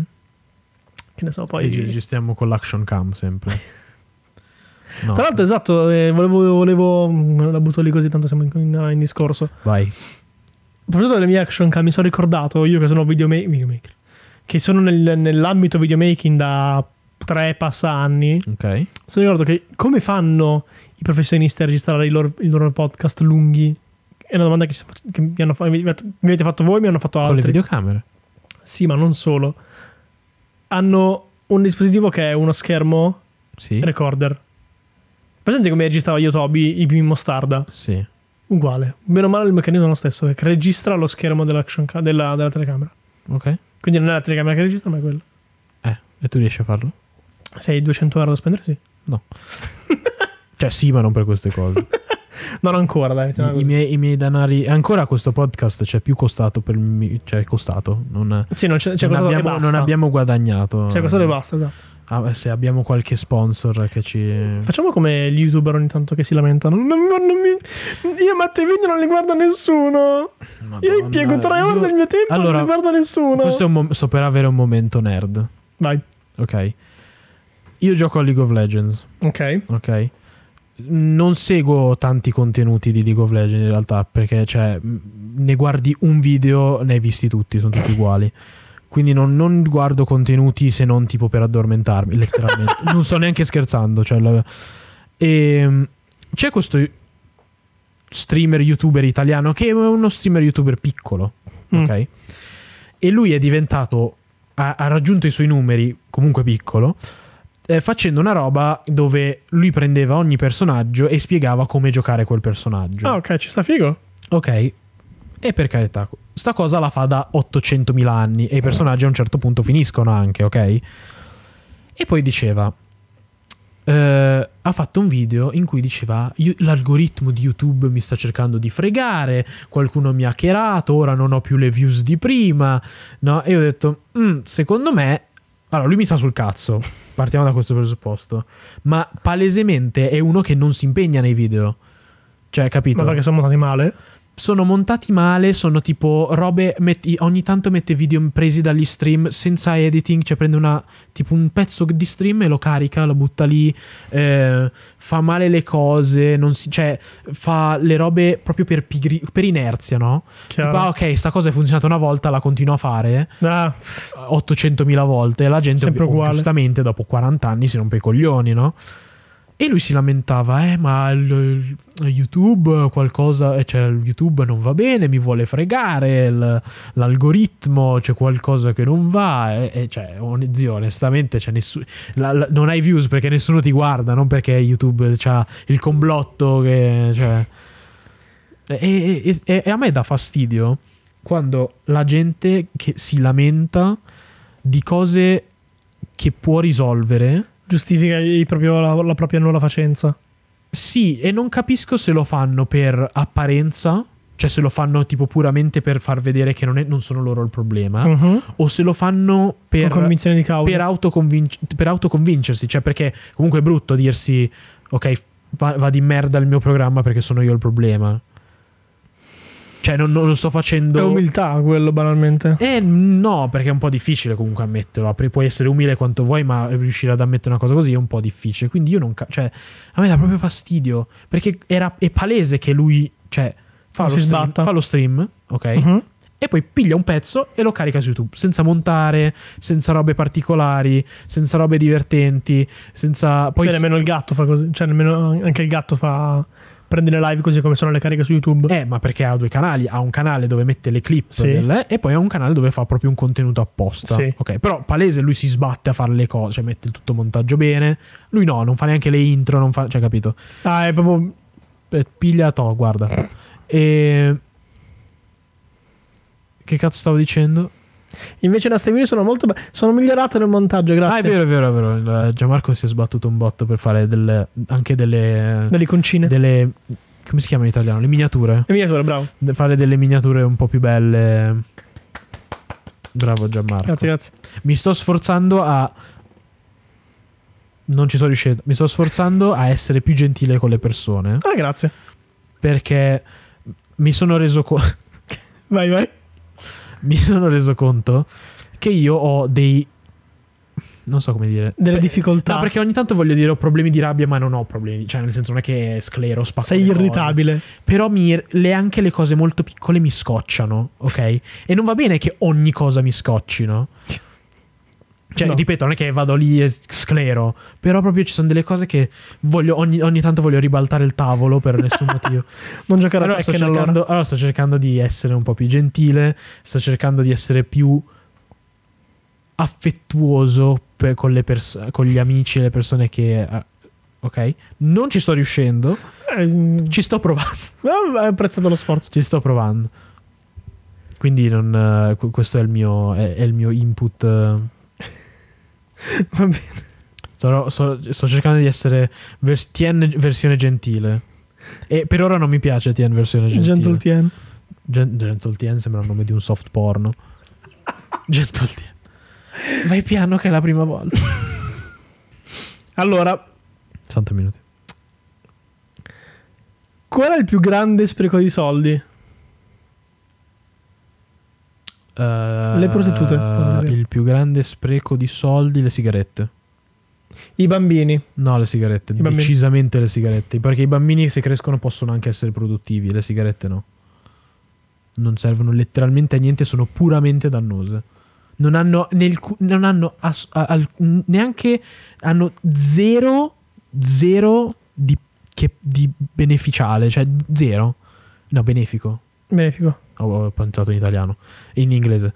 Che ne so, poi. Poi registriamo con l'action cam sempre. No, Tra l'altro, esatto, eh, volevo, volevo. mm, La butto lì così, tanto siamo in, in- in discorso. vai. Proprio delle mie action cam, mi sono ricordato io che sono videoma- videomaker. Che sono nel- nell'ambito videomaking da tre passa anni. Ok. Se ricordo che come fanno i professionisti a registrare i loro, i loro podcast lunghi? È una domanda che, ci siamo- che mi, hanno fa- mi avete fatto voi, mi hanno fatto Con le altri. videocamere. Sì, ma non solo. Hanno un dispositivo che è uno schermo Sì. recorder. Presente come registrava io Toby i primi Mostarda? sì. Uguale. Meno male il meccanismo è lo stesso, che registra lo schermo dell'action ca- della, della telecamera. Ok. Quindi non è la telecamera che registra, ma è quello. Eh, e tu riesci a farlo? Se hai 200 euro da spendere, sì. Cioè, sì, ma non per queste cose. Non ancora, dai. mettiamola I, i così. miei, i miei danari. Ancora questo podcast c'è più costato per. mi- Cioè, è costato. Non, Sì, non c'è, c'è non costato e abbiamo, basta. non abbiamo guadagnato. C'è costato e basta, esatto. Ah, beh, se abbiamo qualche sponsor che ci... Facciamo come gli youtuber ogni tanto che si lamentano. Non, non- non mi- io Matte Video non li guarda nessuno. Madonna, io impiego tre ore io- del mio tempo Allora, non li guarda nessuno. Questo è un mom- sto per avere un momento nerd, Vai. ok? Io gioco a League of Legends, Ok. ok? Non seguo tanti contenuti di League of Legends in realtà, perché cioè, mh, ne guardi un video, ne hai visti tutti, sono tutti uguali. Quindi non, non guardo contenuti se non tipo per addormentarmi, letteralmente. non sto neanche scherzando. Cioè, la- Ehm, c'è questo streamer youtuber italiano che è uno streamer youtuber piccolo, Mm. ok? E lui è diventato, ha, ha raggiunto i suoi numeri, comunque piccolo, eh, facendo una roba dove lui prendeva ogni personaggio e spiegava come giocare quel personaggio. Ah, ok, ci sta figo. Ok. E per carità, sta cosa la fa da 800.000 anni e i personaggi a un certo punto finiscono anche, ok? E poi diceva... eh, ha fatto un video in cui diceva "Io- l'algoritmo di YouTube mi sta cercando di fregare, qualcuno mi ha hackerato, ora non ho più le views di prima, no? E io ho detto, "Mm, secondo me... Allora, lui mi sta sul cazzo, partiamo da questo presupposto, ma palesemente è uno che non si impegna nei video. Cioè, capito? Ma perché sono montati male? sono montati male, sono tipo robe, metti- ogni tanto mette video presi dagli stream senza editing, cioè prende una, tipo un pezzo di stream e lo carica, lo butta lì, eh, fa male le cose, non si- cioè fa le robe proprio per, pigri- per inerzia, no? Tipo, Chiaro. ah, ok, sta cosa è funzionata una volta, la continuo a fare Ah, 800.000 volte e la gente Sempre ov- uguale. giustamente dopo 40 anni si rompe i coglioni, no? E lui si lamentava, eh, ma il- il YouTube qualcosa, eh, cioè il YouTube non va bene, mi vuole fregare, il- l'algoritmo c'è qualcosa che non va, e, e cioè, on- zio, onestamente, c'è nessu- la- la- non hai views perché nessuno ti guarda, non perché YouTube c'ha il complotto che... Cioè, e, e- e- e a me dà fastidio quando la gente che si lamenta di cose che può risolvere. giustifica il proprio- la, la propria nulla facenza. Sì, e non capisco se lo fanno per apparenza, cioè se lo fanno tipo puramente per far vedere che non, è- non sono loro il problema, Mhm. o se lo fanno Con Ah, per, convinzione di causa. per, autoconvinc- per autoconvincersi, cioè perché comunque è brutto dirsi ok, f- va, va di merda il mio programma perché sono io il problema. Cioè non, non lo sto facendo... È umiltà quello, banalmente. Eh no, perché è un po' difficile comunque ammetterlo. Apri- Puoi essere umile quanto vuoi, ma riuscire ad ammettere una cosa così è un po' difficile. Quindi io non. ca- cioè, a me dà proprio fastidio. Perché era- è palese che lui. Cioè, fa, lo Si stream, sbatta. fa lo stream, ok? Mhm. E poi piglia un pezzo e lo carica su YouTube. Senza montare, senza robe particolari, senza robe divertenti, senza. Poi Beh, nemmeno il gatto fa così. Cioè, nemmeno anche il gatto fa. Prende le live così come sono le cariche su YouTube. Eh, ma perché ha due canali? Ha un canale dove mette le clip Sì. del- e poi ha un canale dove fa proprio un contenuto apposta. Sì. Ok, però palese lui si sbatte a fare le cose, cioè mette tutto montaggio bene. Lui no, non fa neanche le intro, non fa, cioè capito? Ah, è proprio. Eh, Piglia to, guarda. E... Che cazzo stavo dicendo? Invece le nostre video sono molto belle. Sono migliorate nel montaggio, grazie. Ah, è vero, è vero, è vero. Il- Gianmarco si è sbattuto un botto per fare delle, anche delle, Delle concine. delle... Come si chiama in italiano? Le miniature. E miniatura, bravo. De- fare delle miniature un po' più belle. Bravo Gianmarco. Grazie, grazie. Mi sto sforzando a. Non ci sto riuscendo. Mi sto sforzando a essere più gentile con le persone. Ah, grazie. Perché mi sono reso, co- Vai, vai. mi sono reso conto che io ho dei. Non so come dire. Delle Beh, difficoltà. No, perché ogni tanto voglio dire ho problemi di rabbia, ma non ho problemi. di- Cioè, nel senso, non è che sclero, spacco. Sei le cose. irritabile. Però mi- le- anche le cose molto piccole mi scocciano, ok? E non va bene che ogni cosa mi scoccino. Cioè, No. ripeto, non è che vado lì e sclero. Però proprio ci sono delle cose che voglio, ogni, ogni tanto voglio ribaltare il tavolo per nessun motivo. Non giocare allora, a sto Tekken allora. cercando, allora sto cercando di essere un po' più gentile, sto cercando di essere più affettuoso per- con, le pers- con gli amici e le persone che... eh, ok? Non ci sto riuscendo, Eh, ci sto provando. ah, Hai apprezzato lo sforzo. Ci sto provando. Quindi non, eh, qu- questo è il mio, è, è il mio input. eh. Va bene. Sarò- so- sto cercando di essere vers- TN versione gentile. E per ora non mi piace TN versione gentile. Gentle TN. Gen- Gentle TN sembra il nome di un soft porno. Gentle TN. Vai piano che è la prima volta. Allora, 60 minuti. qual è il più grande spreco di soldi? Eh, Le prostitute. Non è vero. Il più grande spreco di soldi, le sigarette. I bambini. No, le sigarette. I bambini. Decisamente le sigarette. Perché i bambini se crescono possono anche essere produttivi, le sigarette no. Non servono letteralmente a niente, sono puramente dannose. Non hanno, nel cu- non hanno ass- a- al- neanche... Hanno zero, zero di, che- di beneficiale, cioè zero. No, benefico. Benefico. Ho, ho pensato in italiano. In inglese.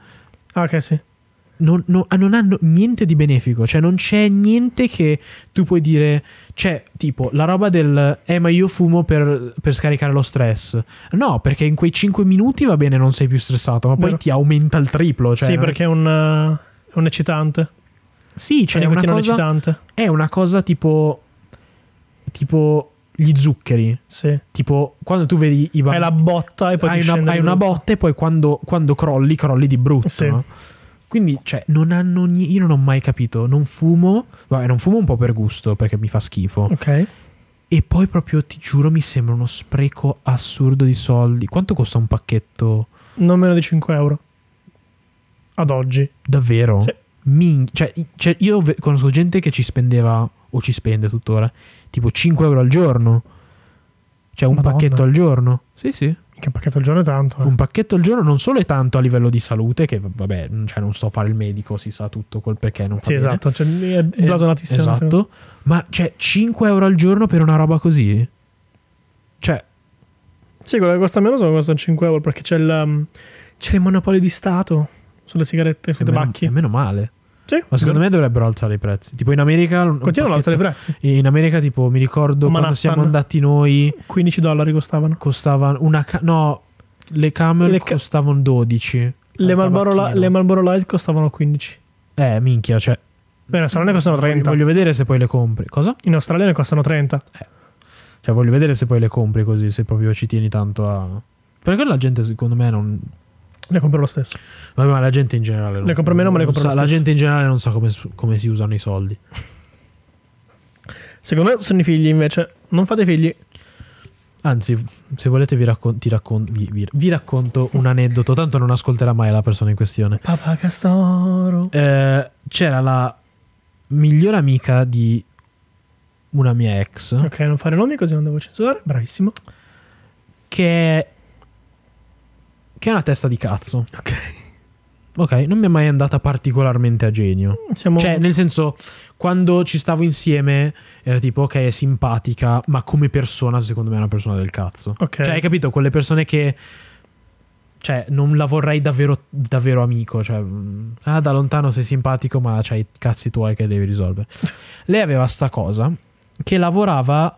Ah, ok, sì. non, non- ah, non hanno niente di benefico, cioè non c'è niente che tu puoi dire, c'è tipo la roba del eh ma io fumo per, per scaricare lo stress, no perché in quei 5 minuti va bene non sei più stressato, ma Vero. poi ti aumenta il triplo, cioè, sì, no? perché è un, eh, è un eccitante. sì, Cioè, cioè, è, una un cosa, eccitante. è una cosa tipo, tipo gli zuccheri, Sì. tipo quando tu vedi i Hai bambini... la botta e poi ti hai, scende una, hai di una brutto. botta e poi quando, quando crolli, crolli di brutto. Sì. no? Quindi, cioè, non hanno. ni- Io non ho mai capito. Non fumo. Vabbè, non fumo un po' per gusto perché mi fa schifo. Ok. E poi, proprio ti giuro, mi sembra uno spreco assurdo di soldi. Quanto costa un pacchetto? Non meno di 5 euro. Ad oggi. Davvero? Sì. Min- cioè, i- cioè, io ve- conosco gente che ci spendeva, o ci spende tuttora, tipo 5 euro al giorno. Cioè, un Madonna. pacchetto al giorno. Sì, sì. Che pacchetto al giorno è tanto. eh. Un pacchetto al giorno non solo è tanto a livello di salute, che vabbè, n- cioè non sto a fare il medico, si sa tutto quel perché non fa Sì, bene. esatto. Cioè, è Eh, blasonatissimo. secondo esatto. Ma cioè 5 euro al giorno per una roba così? Cioè, me. Sì, quello che costa meno sono costa 5 euro perché c'è il, um, c'è il monopolio di Stato sulle sigarette e sui è meno, tabacchi. è meno male. Sì. Ma secondo me dovrebbero alzare i prezzi. Tipo in America... un- un Continuano ad alzare i pacchetto- prezzi. In America, tipo, mi ricordo quando Manhattan. siamo andati noi, 15 dollari costavano. costava una... ca- no, le Camel Le ca- costavano 12. Le al Marlboro, la- tabacchino. le Marlboro Light costavano 15. Eh, minchia, cioè... Beh, in Australia ne costano 30. Voglio vedere se poi le compri. Cosa? In Australia ne costano 30. Cioè, voglio vedere se poi le compri così, se proprio ci tieni tanto a. Perché la gente, secondo me, non. Le compro lo stesso. Vabbè, ma la gente in generale. non- Le compro meno, ma le non compro sa- lo La stesso. gente in generale non sa come, su- come si usano i soldi. Secondo me sono i figli invece. Non fate figli. Anzi, se volete, vi, raccon- ti raccon- vi- vi- vi racconto un aneddoto. Tanto non ascolterà mai la persona in questione. Papà Castoro. Eh, c'era la migliore amica di una mia ex. Ok, non fare nomi così non devo censurare. Bravissimo. che che è una testa di cazzo. Ok. Ok, non mi è mai andata particolarmente a genio. Siamo... Cioè, nel senso, quando ci stavo insieme, era tipo, ok, è simpatica, ma come persona, secondo me, è una persona del cazzo. Ok. Cioè, hai capito? Quelle persone che. Cioè, non la vorrei davvero, davvero amico. Cioè, mm, ah, da lontano sei simpatico, ma c'hai i cazzi tuoi che devi risolvere. Lei aveva sta cosa che lavorava.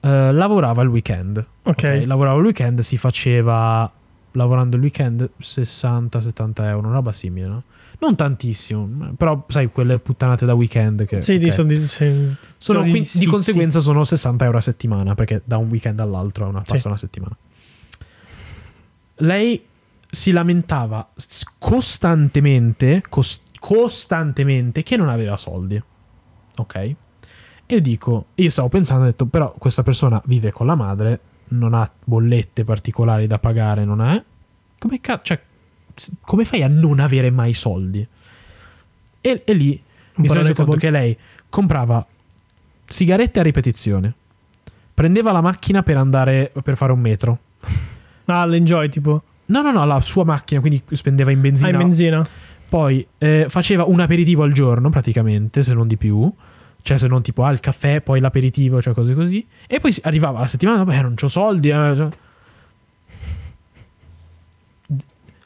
eh, lavorava il weekend. Ok. ok? Lavorava il weekend, si faceva. Lavorando il weekend 60-70 euro, una roba simile, no? Non tantissimo, ma- però sai, quelle puttanate da weekend che. Sì, di, ok. so- di- sì. Sono Storie di quin- Diciamo, di sfizi. conseguenza sono 60 euro a settimana perché da un weekend all'altro è una, Sì. passa una settimana. Lei si lamentava s- costantemente, cos- costantemente che non aveva soldi. Ok? E io dico, io stavo pensando, ho detto, però questa persona vive con la madre, non ha bollette particolari da pagare, non è? Come, ca- cioè, s- come fai a non avere mai soldi? E, e lì mi sono reso relatable. conto che lei comprava sigarette a ripetizione, prendeva la macchina per andare per fare un metro. Ah, l'enjoy tipo. No, no, no, la sua macchina, quindi spendeva Ah, in benzina. Hai benzina. Poi eh, faceva un aperitivo al giorno, praticamente, se non di più. Cioè, se non tipo ah, il caffè, poi l'aperitivo, cioè cose così. E poi si- arrivava la settimana dopo, eh, non c'ho soldi. eh, cioè.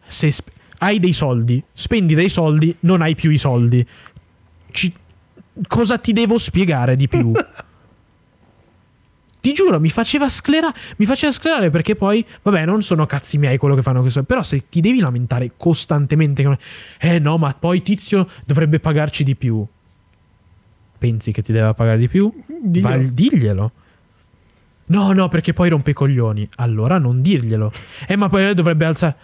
Se sp- hai dei soldi, spendi dei soldi, non hai più i soldi. Ci- cosa ti devo spiegare di più? Ti giuro, mi faceva, sclera- mi faceva sclerare perché poi, vabbè, non sono cazzi miei quello che fanno questo. Però se ti devi lamentare costantemente, come, eh no, ma poi Tizio dovrebbe pagarci di più. Pensi che ti deve pagare di più? Diglielo. Vai- diglielo. No, no, perché poi rompe i coglioni. Allora non dirglielo. Eh, ma poi lei dovrebbe alzare.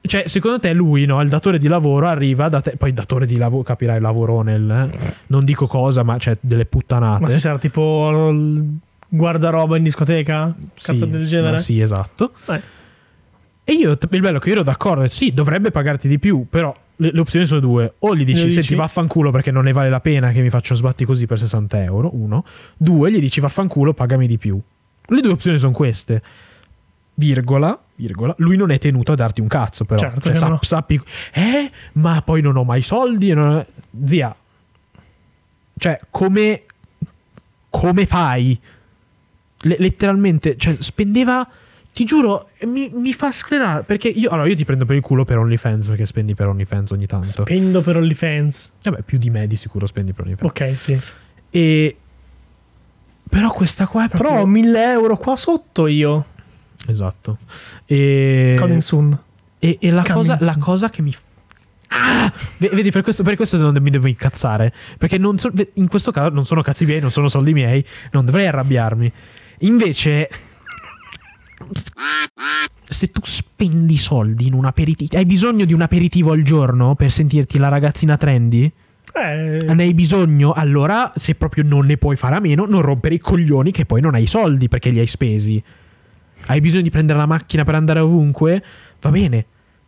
Cioè, secondo te lui, no, il datore di lavoro arriva da te, poi il datore di lavoro, capirai, lavorone, il- eh, non dico cosa, ma cioè delle puttanate. Ma se sarà tipo il guardaroba in discoteca? Sì, Cazzo del genere? no, sì, esatto. Eh. E io, t- il bello è che io ero d'accordo, sì, dovrebbe pagarti di più, però le, le opzioni sono due. O gli dici, Glielo dici? senti, vaffanculo perché non ne vale la pena che mi faccio sbatti così per 60 euro, uno. Due, gli dici, vaffanculo, pagami di più. Le due opzioni sono queste. Virgola, virgola, lui non è tenuto a darti un cazzo, però. Certo Cioè, che sap- no. sappi, eh, ma poi non ho mai soldi. e non- Zia, cioè, come, come fai? Le- letteralmente, cioè, spendeva. Ti giuro, mi, mi fa sclerare. Perché io, allora, io ti prendo per il culo per OnlyFans perché spendi per OnlyFans ogni tanto. Spendo per OnlyFans. Vabbè, più di me di sicuro spendi per OnlyFans. Ok, sì. E. Però questa qua è proprio. Però ho 1000 euro qua sotto io. Esatto. E. Coming soon. E, e la, Coming cosa, la soon. cosa che mi. Ah! Ve- Vedi, per questo, per questo non mi devo incazzare. Perché non so- ve- in questo caso non sono cazzi miei, non sono soldi miei, non dovrei arrabbiarmi. Invece. Se tu spendi soldi in un aperitivo, hai bisogno di un aperitivo al giorno per sentirti la ragazzina trendy? Eh, Ne hai bisogno? Allora, se proprio non ne puoi fare a meno, non rompere i coglioni che poi non hai i soldi perché li hai spesi. Hai bisogno di prendere la macchina per andare ovunque? Va bene.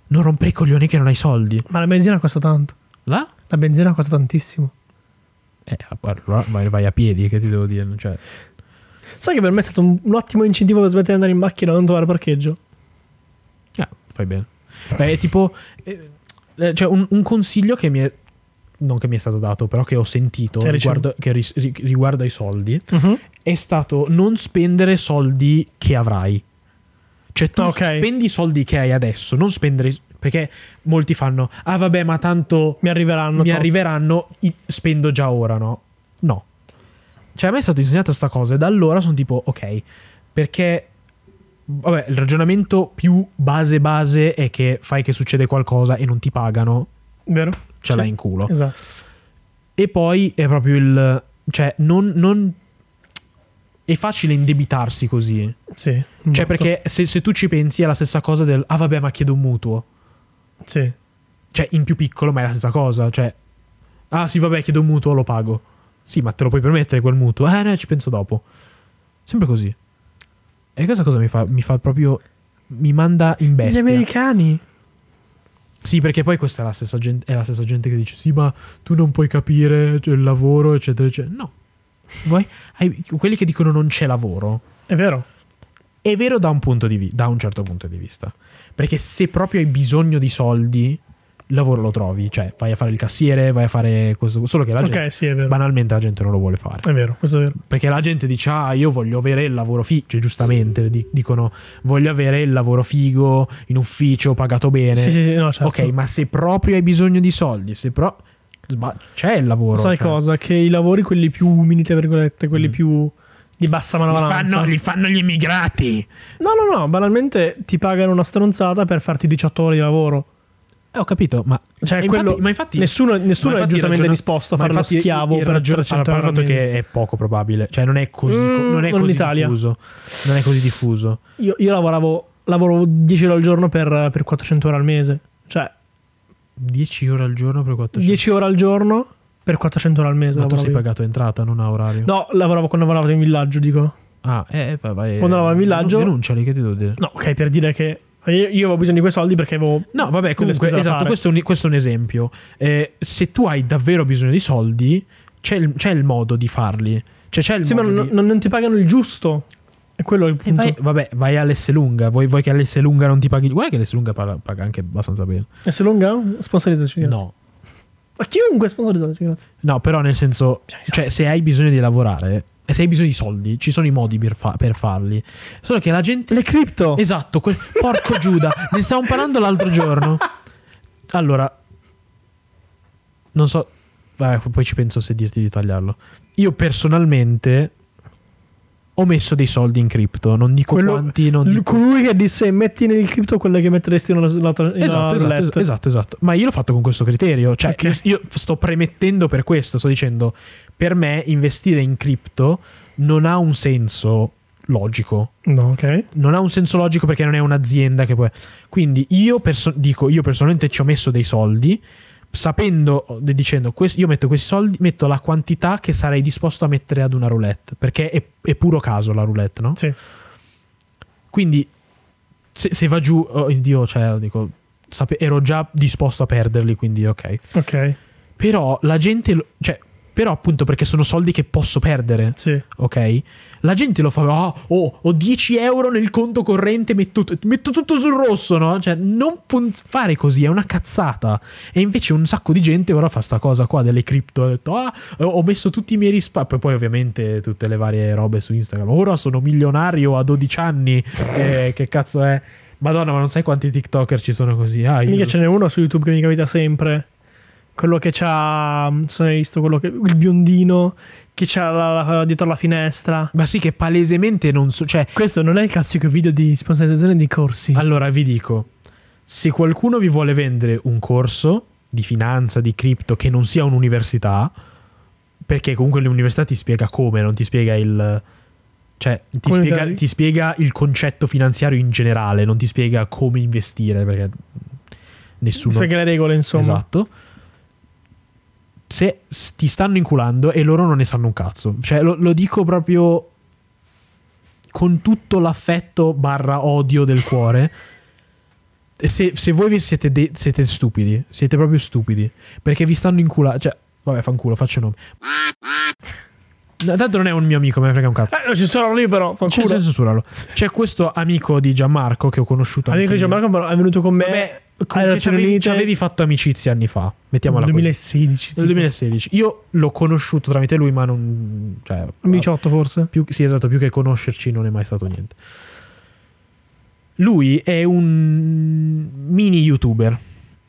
Non rompere i coglioni che non hai soldi. ma la benzina costa tanto. Là? La benzina costa tantissimo. Eh, allora vai, vai a piedi, che ti devo dire? Cioè, Sai che per me è stato un, un ottimo incentivo per smettere di andare in macchina e non trovare parcheggio. ah, fai bene. Beh, è tipo... eh, eh, cioè, un, un consiglio che mi è... Non che mi è stato dato, però che ho sentito Che hai riguardo- che ris- ri- riguarda i soldi. è stato non spendere soldi che avrai. Cioè, tu Ah, ok. spendi i soldi che hai adesso, non spendere. Perché molti fanno: Ah, vabbè, ma tanto Mi arriveranno. mi tot. arriveranno, i- spendo già ora, no? No. Cioè, a me è stata insegnata questa cosa e da allora sono tipo, ok, perché... Vabbè, il ragionamento più base base è che fai che succede qualcosa e non ti pagano, Vero? ce Sì. l'hai in culo. Esatto. E poi è proprio il... Cioè, non... non è facile indebitarsi così. Sì. un botto. Cioè, perché se, se tu ci pensi è la stessa cosa del ah, vabbè, ma chiedo un mutuo. Sì. Cioè, in più piccolo, ma è la stessa cosa. Cioè, ah, sì, vabbè, chiedo un mutuo, lo pago. Sì, ma te lo puoi permettere quel mutuo? Eh, no, ci penso dopo. Sempre così. E questa cosa mi fa, mi fa proprio. Mi manda in Gli bestia. americani. Sì, perché poi questa è la stessa gente, è la stessa gente che dice: Sì, ma tu non puoi capire cioè, il lavoro, eccetera, eccetera. No. Voi, hai- quelli che dicono non c'è lavoro, È vero. È vero da un, punto di vi- da un certo punto di vista. Perché se proprio hai bisogno di soldi, il lavoro lo trovi. Cioè, vai a fare il cassiere, vai a fare questo. Solo che la ok, gente, sì, è vero. banalmente, la gente non lo vuole fare. È vero, questo è vero. Perché la gente dice, ah, io voglio avere il lavoro figo. Cioè, giustamente, di- dicono, voglio avere il lavoro figo, in ufficio, pagato bene. Sì, sì, sì, no, certo. Ok, ma se proprio hai bisogno di soldi, se pro- sba- c'è il lavoro. Sai cioè. cosa? Che i lavori, quelli più umili, tra virgolette, quelli Mm. più di bassa Li manovalanza. fanno, li fanno gli immigrati. No, no, no, banalmente ti pagano una stronzata per farti 18 ore di lavoro. Eh, ho capito, ma, Cioè, ma quello- infatti, ma infatti- nessuno nessuno è ma infatti giustamente ragiona- disposto a ma fare lo infatti il- schiavo il per ragion- raggiungere allora, il fatto che è poco probabile, cioè non è così, co- Mm, non è non così l'Italia. diffuso. Non è così diffuso. Io, io lavoravo, lavoravo 10 ore al giorno per, per 400 ore al mese. Cioè, 10 ore al giorno per 400. 10 ore al giorno per 400 ore al mese. ma tu lavoravo sei io. pagato entrata, non a orario. No, lavoravo quando lavoravo in villaggio, dico. Ah, eh, vai, vai. Quando eravamo in villaggio- Denunciali, che ti devo dire? No, ok, per dire che io, io avevo bisogno di quei soldi perché avevo... No, vabbè, comunque, spese da esatto, fare. questo è, un, questo è un esempio. Eh, se tu hai davvero bisogno di soldi, c'è il, c'è il modo di farli. Cioè, c'è il Sì, ma modo non, di... non- non ti pagano il giusto. E quello è il E punto. vai, vabbè, vai all'Esselunga. Vuoi, vuoi che all'Esselunga non ti paghi? Guarda che l'Esselunga paga, paga anche abbastanza bene. E se lunga? Sponsorizzaci, grazie. No, A chiunque sponsorizzaci, grazie. No, però nel senso, Cioè, cioè, se hai bisogno di lavorare e se hai bisogno di soldi, ci sono i modi per, fa- per farli. Solo che la gente. Le cripto. Esatto, que- porco Giuda, ne stavamo parlando l'altro giorno. Allora, non so, vabbè, poi ci penso se dirti di tagliarlo. Io personalmente ho messo dei soldi in cripto, non dico Quello- quanti, non L- dico Colui che disse metti nel cripto quelle che metteresti in una, in una esatto, esatto, roulette." esatto, esatto, esatto. Ma io l'ho fatto con questo criterio. Cioè, Ok. io, io sto premettendo per questo, sto dicendo, per me investire in cripto non ha un senso logico. No, ok. Non ha un senso logico perché non è un'azienda che può... Quindi io perso- dico, io personalmente ci ho messo dei soldi, sapendo, dicendo, "Quest- io metto questi soldi, metto la quantità che sarei disposto a mettere ad una roulette, perché è, è puro caso la roulette, no? Sì. Quindi se, se va giù, oh, io cioè, dico, sape- ero già disposto a perderli, quindi ok. Ok. Però la gente, lo- cioè, però appunto perché sono soldi che posso perdere, Sì. ok? La gente lo fa, "Ah, oh, ho 10 euro nel conto corrente, metto, tu- metto tutto sul rosso, no? Cioè, non fun- fare così è una cazzata. E invece un sacco di gente ora fa sta cosa qua delle cripto, ha detto, ah, ho messo tutti i miei risparmi, poi ovviamente tutte le varie robe su Instagram, ora sono milionario a 12 anni, Eh, che cazzo è? Madonna, ma non sai quanti TikToker ci sono così? Ah, io- Mica ce n'è uno su YouTube che mi capita sempre. Quello che c'ha. mm, Se hai visto quello che. Il biondino che c'ha la- la- dietro la finestra. Ma sì, che palesemente non so. Cioè, Questo non è il classico video di sponsorizzazione di corsi. allora vi dico: se qualcuno vi vuole vendere un corso di finanza, di cripto, che non sia un'università, perché comunque l'università ti spiega come, non ti spiega il. Cioè, ti Come spiega, intendi? ti spiega il concetto finanziario in generale, non ti spiega come investire, perché nessuno. Spiega le regole, insomma. Esatto. Se s- ti stanno inculando e loro non ne sanno un cazzo. Cioè, lo, lo dico proprio con tutto l'affetto barra odio del cuore. Se, se voi vi siete, de- siete stupidi, siete proprio stupidi. Perché vi stanno inculando. Cioè, vabbè, fanculo, faccio nome. No, tanto non è un mio amico, me ne frega un cazzo. Eh, non ci sono lì, però. Fa C'è, culo. senza censurarlo. C'è questo amico di Gianmarco che ho conosciuto Amico anche di io. Gianmarco però, è venuto con me. Vabbè, con alle che ci Nazioni avevi, ci Unite avevi fatto amicizia anni fa. Mettiamola nel così. 2016. Nel tipo. 2016. Io l'ho conosciuto tramite lui, ma non. Cioè, 2018 forse. più, sì, esatto, più che conoscerci non è mai stato niente. Lui è un mini youtuber.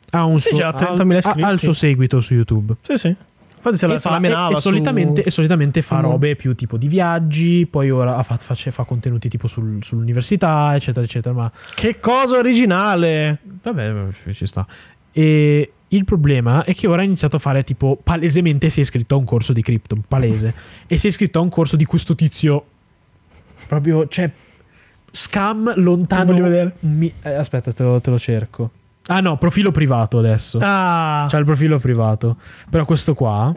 Ha, un Sì, suo, già, ha- 30.000 ha- ha il suo iscritti. seguito su YouTube. Sì, sì. Infatti se la, E se la fa, menava e- e su- solitamente, e solitamente fa Mm. robe più tipo di viaggi, poi ora ha fa, face- fa contenuti tipo sul- sull'università, eccetera, eccetera. Ma Che cosa originale. Vabbè, vabbè, ci sta. E il problema è che ora ha iniziato a fare tipo palesemente si è iscritto a un corso di cripto, palese. e si è iscritto a un corso di questo tizio proprio, cioè scam lontano. Voglio vedere. mi- eh, aspetta, te lo, te lo cerco. Ah no, profilo privato adesso. Ah. C'ha il profilo privato. Però questo qua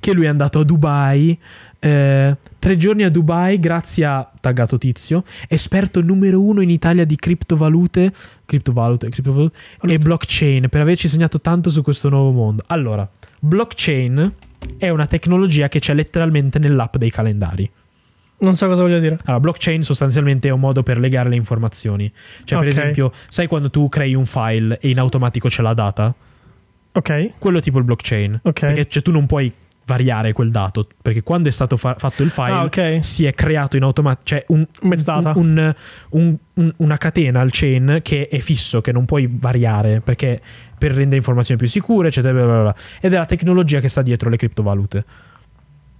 che lui è andato a Dubai eh, tre giorni a Dubai grazie a taggato tizio esperto numero uno in Italia di criptovalute criptovalute, criptovalute e blockchain per averci insegnato tanto su questo nuovo mondo allora blockchain è una tecnologia che c'è letteralmente nell'app dei calendari Non so cosa voglio dire. allora, blockchain sostanzialmente è un modo per legare le informazioni. Cioè, per Ok. esempio, sai quando tu crei un file e in automatico c'è la data? Ok. Quello è tipo il blockchain. Ok. Perché cioè, tu non puoi variare quel dato, perché quando è stato fa- fatto il file Ah, ok. si è creato in automatico, cioè un- Metadata. un- un- un- una catena al chain che è fisso, che non puoi variare, perché per rendere informazioni più sicure, eccetera, bla, bla, bla. ed è la tecnologia che sta dietro le criptovalute.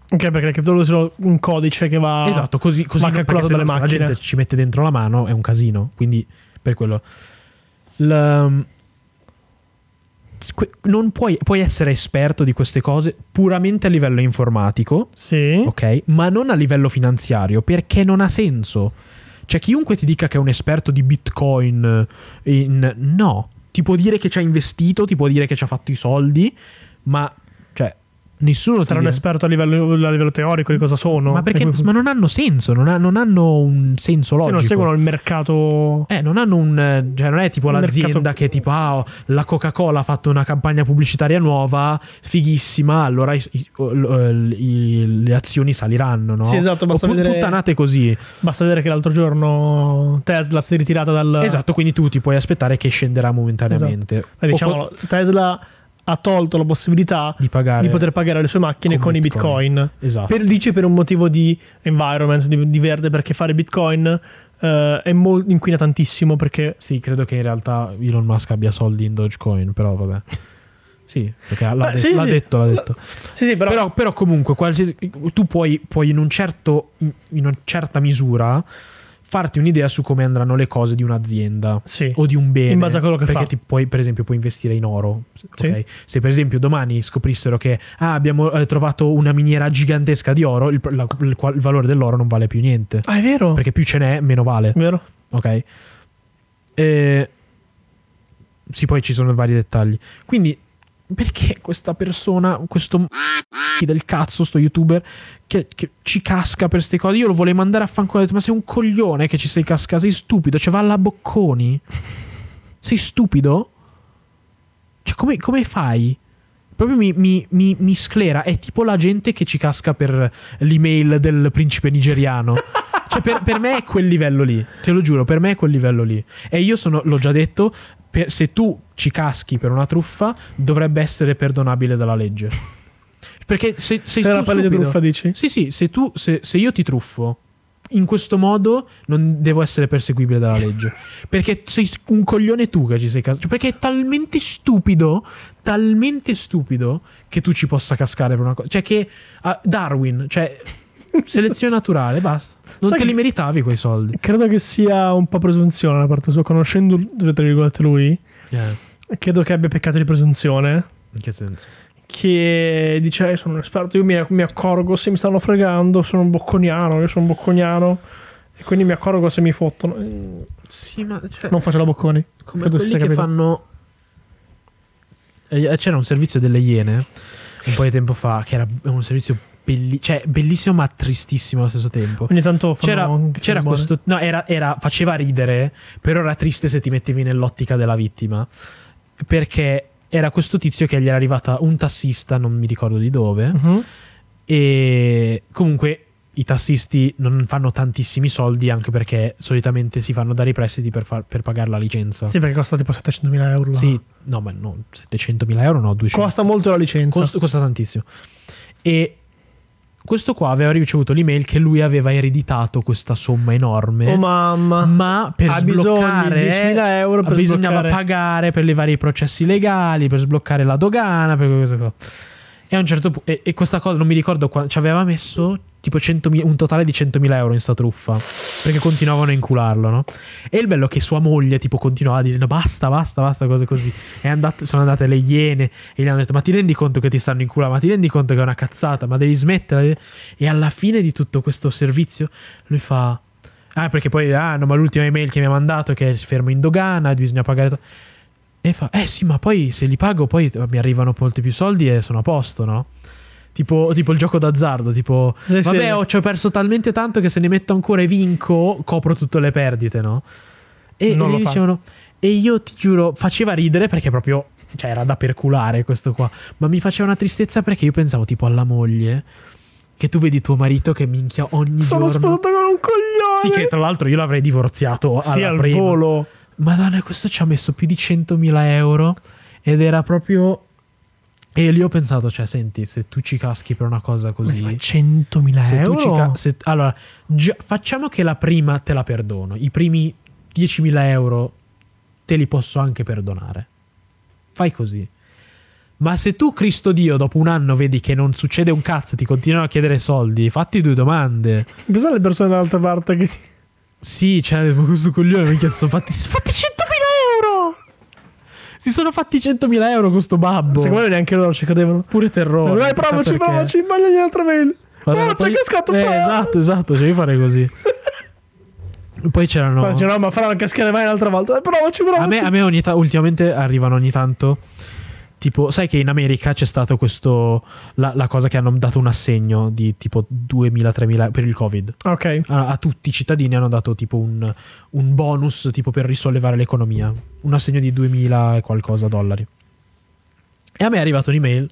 Ok, perché le criptovalute sono un codice che va. esatto, così, così va non- calcolato perché se dalle no se macchine. La gente ci mette dentro la mano, è un casino, quindi per quello... La- que- non puoi, puoi essere esperto di queste cose puramente a livello informatico, Sì. ok? Ma non a livello finanziario, perché non ha senso. Cioè, chiunque ti dica che è un esperto di Bitcoin, eh, in- no, ti può dire che ci ha investito, ti può dire che ci ha fatto i soldi, ma cioè, nessuno ti Sarà un dirà- esperto a livello, a livello teorico di cosa sono. Ma perché E come- ma non hanno senso, non, ha- non hanno un senso Sì, logico. non seguono il mercato. Eh, non hanno un. eh, Cioè, non è tipo Un l'azienda mercato- che tipo. Ah, oh, la Coca-Cola ha fatto una campagna pubblicitaria nuova, fighissima. Allora i- i- o- l- l- i- le azioni saliranno, no? Sì, esatto, basta Oppure vedere- puttanate così. Basta vedere che l'altro giorno Tesla si è ritirata dal. Esatto, quindi tu ti puoi aspettare che scenderà momentaneamente. Ma O Eh, diciamolo, co- Tesla ha tolto la possibilità di pagare. di poter pagare le sue macchine Con con, Bitcoin. i bitcoin. Esatto. Per- dice per un motivo di environment, di, di verde, perché fare bitcoin eh, è mol- inquina tantissimo perché Sì, credo che in realtà Elon Musk abbia soldi in Dogecoin, però vabbè. Sì, perché l'ha, Beh, de- sì, l'ha sì. detto, l'ha detto. Sì, sì, però, Però, però comunque qualsiasi- tu puoi, puoi in, un certo, in, in una certa misura farti un'idea su come andranno le cose di un'azienda Sì. o di un bene. In base a quello che perché fa. ti puoi, per esempio, puoi investire in oro. Sì. ok? Se per esempio domani scoprissero che ah, abbiamo eh, trovato una miniera gigantesca di oro, il, la- il qual- il valore dell'oro non vale più niente. Ah, Mm. è vero? Perché più ce n'è, meno vale. Vero? Ok. Eh, sì, poi ci sono vari dettagli. Quindi, perché questa persona, questo m- del cazzo, sto youtuber, che, che ci casca per ste cose? Io lo volevo mandare a fanculo. Ho detto, ma sei un coglione che ci sei cascato. Sei stupido. Cioè, va alla bocconi. Sei stupido? Cioè, come, come fai? Proprio mi, mi- mi- mi sclera. È tipo la gente che ci casca per l'email del principe nigeriano. Cioè, per, per me è quel livello lì. Te lo giuro, per me è quel livello lì. E io sono, l'ho già detto, per- se tu ci caschi per una truffa, dovrebbe essere perdonabile dalla legge. Perché se, sei Se tu la palleggia stupido- truffa dici? sì, sì, se, tu, se, se io ti truffo in questo modo non devo essere perseguibile dalla legge. perché sei un coglione tu che ci sei cascato. Perché è talmente stupido, talmente stupido che tu ci possa cascare per una cosa. Cioè che ah, Darwin, cioè selezione naturale, basta. Non Sai te che- li meritavi quei soldi. Credo che sia un po' presunzione da parte sua, conoscendo tra virgolette lui, credo che abbia peccato di presunzione. Eh, In che senso? Che dice, "Eh, sono un esperto, io mi, mi accorgo se mi stanno fregando, sono un bocconiano, io sono un bocconiano, e quindi mi accorgo se mi fottono. Eh, Sì, ma cioè, Non faccio la bocconi. come Credo quelli sia che capito. fanno... Eh, C'era un servizio delle Iene un po' di tempo fa che era un servizio belli- cioè, bellissimo ma tristissimo allo stesso tempo. Ogni tanto fanno C'era, anche c'era cose questo. No, era, era- faceva ridere, però era triste se ti mettevi nell'ottica della vittima. Perché era questo tizio che gli era arrivata un tassista, non mi ricordo di dove. buone. Mhm. E comunque i tassisti non fanno tantissimi soldi, anche perché solitamente si fanno dare i prestiti per, far- per pagare la licenza. Sì, perché costa tipo 700.000 euro. là. Sì, no, ma no, 700.000 euro, no, 200. Costa molto la licenza. Costa, costa tantissimo. E questo qua aveva ricevuto l'email che lui aveva ereditato questa somma enorme. Oh mamma. ma Mm, per ha bisogno di sbloccare 10.000 euro per bisognava sbloccare. pagare per le varie processi legali, per sbloccare la dogana, per queste cose. E a un certo punto, e, e questa cosa non mi ricordo quanto ci aveva messo tipo 100.000 un totale di 100.000 euro in sta truffa perché continuavano a incularlo, no? E il bello è che sua moglie, tipo, continuava a dire: "No, basta, basta, basta, cose così. È andat- sono andate le iene e gli hanno detto: Ma ti rendi conto che ti stanno inculando? Ma ti rendi conto che è una cazzata? Ma devi smetterla? E alla fine di tutto questo servizio, lui fa: Ah, perché poi, ah, no, ma l'ultima email che mi ha mandato che è fermo in dogana, e bisogna pagare. to-". E fa: Eh sì, ma poi se li pago, poi eh, mi arrivano molti più soldi e sono a posto, no? Tipo, tipo il gioco d'azzardo, tipo, Sì, Eh, sì, vabbè, sì. ho- ci ho perso talmente tanto che se ne metto ancora e vinco, copro tutte le perdite, no? E Non gli lo fa. dicevano, e io ti giuro, faceva ridere perché proprio, cioè era da perculare questo qua, ma mi faceva una tristezza perché io pensavo tipo alla moglie, che tu vedi tuo marito che minchia ogni Sono giorno. sposato con un coglione. Sì, che tra l'altro io l'avrei divorziato Sì, alla al prima. volo. Madonna, questo ci ha messo più di 100.000 euro ed era proprio... E lì ho pensato, cioè, senti, se tu ci caschi per una cosa così... Ma 100.000 se euro? tu ci ca- se- allora, già- facciamo che la prima te la perdono. I primi 10.000 euro te li posso anche perdonare. Fai così. Ma se tu, Cristo Dio, dopo un anno vedi che non succede un cazzo, ti continuano a chiedere soldi, fatti due domande. Pensa alle persone dall'altra parte che si... Sì, cioè, ma questo coglione mi ha chiesto, fatti, fatti 100.000 euro! Si sono fatti 100.000 euro con sto babbo. Secondo me neanche loro ci credevano. Pure terrore. Dai, Boh. Oh, chissà provaci, perché. provaci, mandagli un'altra mail. Guarda, no, c'è poi- cascato eh, poi- Esatto, esatto, cioè io farei così. Poi c'erano... Ma dice, no, ma faranno cascare mai un'altra volta. Dai, provaci, provaci. A me, a me ogni ta- ultimamente arrivano ogni tanto. Tipo, sai che in America c'è stato questo. La, la cosa che hanno dato un assegno di tipo 2.000-3.000 per il Covid. Ah, Ok. A, a tutti i cittadini hanno dato tipo un, un bonus tipo per risollevare l'economia. Un assegno di 2.000 e qualcosa dollari. E a me è arrivata un'email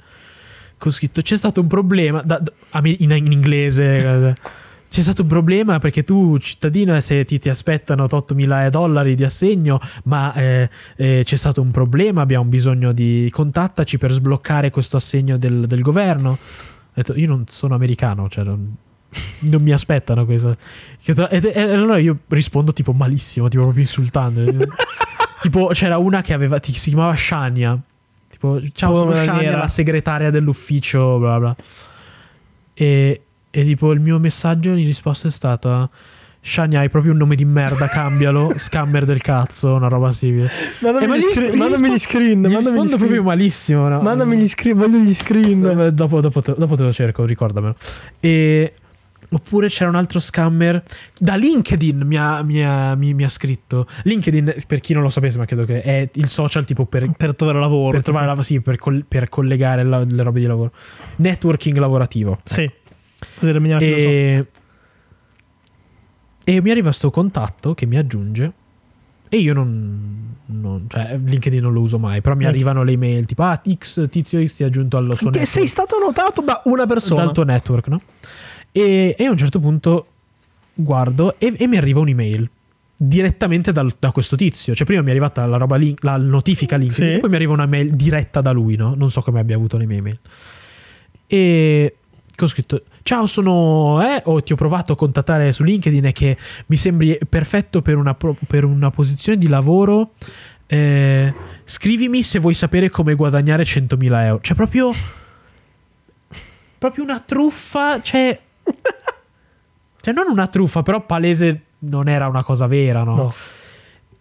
con scritto: C'è stato un problema. da- da- ame- in, in inglese. eh, C'è stato un problema perché tu, cittadino, eh, se ti, ti aspettano 8.000 dollari di assegno, ma eh, eh, c'è stato un problema, abbiamo bisogno di contattaci per sbloccare questo assegno del, del governo. Ho detto, io non sono americano, cioè non, non mi aspettano questo. Che tra- ed- E, e allora io rispondo tipo malissimo, tipo proprio insultando. tipo c'era una che aveva, ti- si chiamava Shania. Tipo, ciao, sono Povera Shania, nera. la segretaria dell'ufficio, bla bla. E, e tipo il mio messaggio in risposta è stata Shania hai proprio un nome di merda, cambialo. Scammer del cazzo, una roba simile. Mandami, Eh, ma gli, gli screen- rispo- gli mandami gli rispo- screen. Gli Mandami gli rispondo screen. proprio malissimo. No? Mandami gli screen. Voglio gli screen. Vabbè, Dopo, dopo te, dopo te lo cerco, ricordamelo. E- Oppure c'era un altro scammer da LinkedIn mi ha, mi ha- mi- mi ha scritto. LinkedIn, per chi non lo sapesse, ma credo che è il social tipo per, Per trovare lavoro. per trovare la- sì, per col- per collegare la- le robe di lavoro. Networking lavorativo. Sì. eh, Così era meglio la filosofia. E... e mi arriva sto contatto che mi aggiunge e io non, non- cioè LinkedIn non lo uso mai, però mi Eh. arrivano le email tipo ah X tizio X ti ha aggiunto allo suo Te- network, Sei stato notato da una persona. dal tuo network, no? E, e a un certo punto guardo e, e mi arriva un'email direttamente dal- da questo tizio, cioè prima mi è arrivata la roba link- la notifica LinkedIn Sì. e poi mi arriva una mail diretta da lui, no? Non so come abbia avuto le mie mail. E che ho scritto ciao sono eh, o ti ho provato a contattare su LinkedIn e che mi sembri perfetto per una, pro- per una posizione di lavoro eh, scrivimi se vuoi sapere come guadagnare 100.000 euro cioè proprio proprio una truffa cioè cioè non una truffa però palese non era una cosa vera no, No.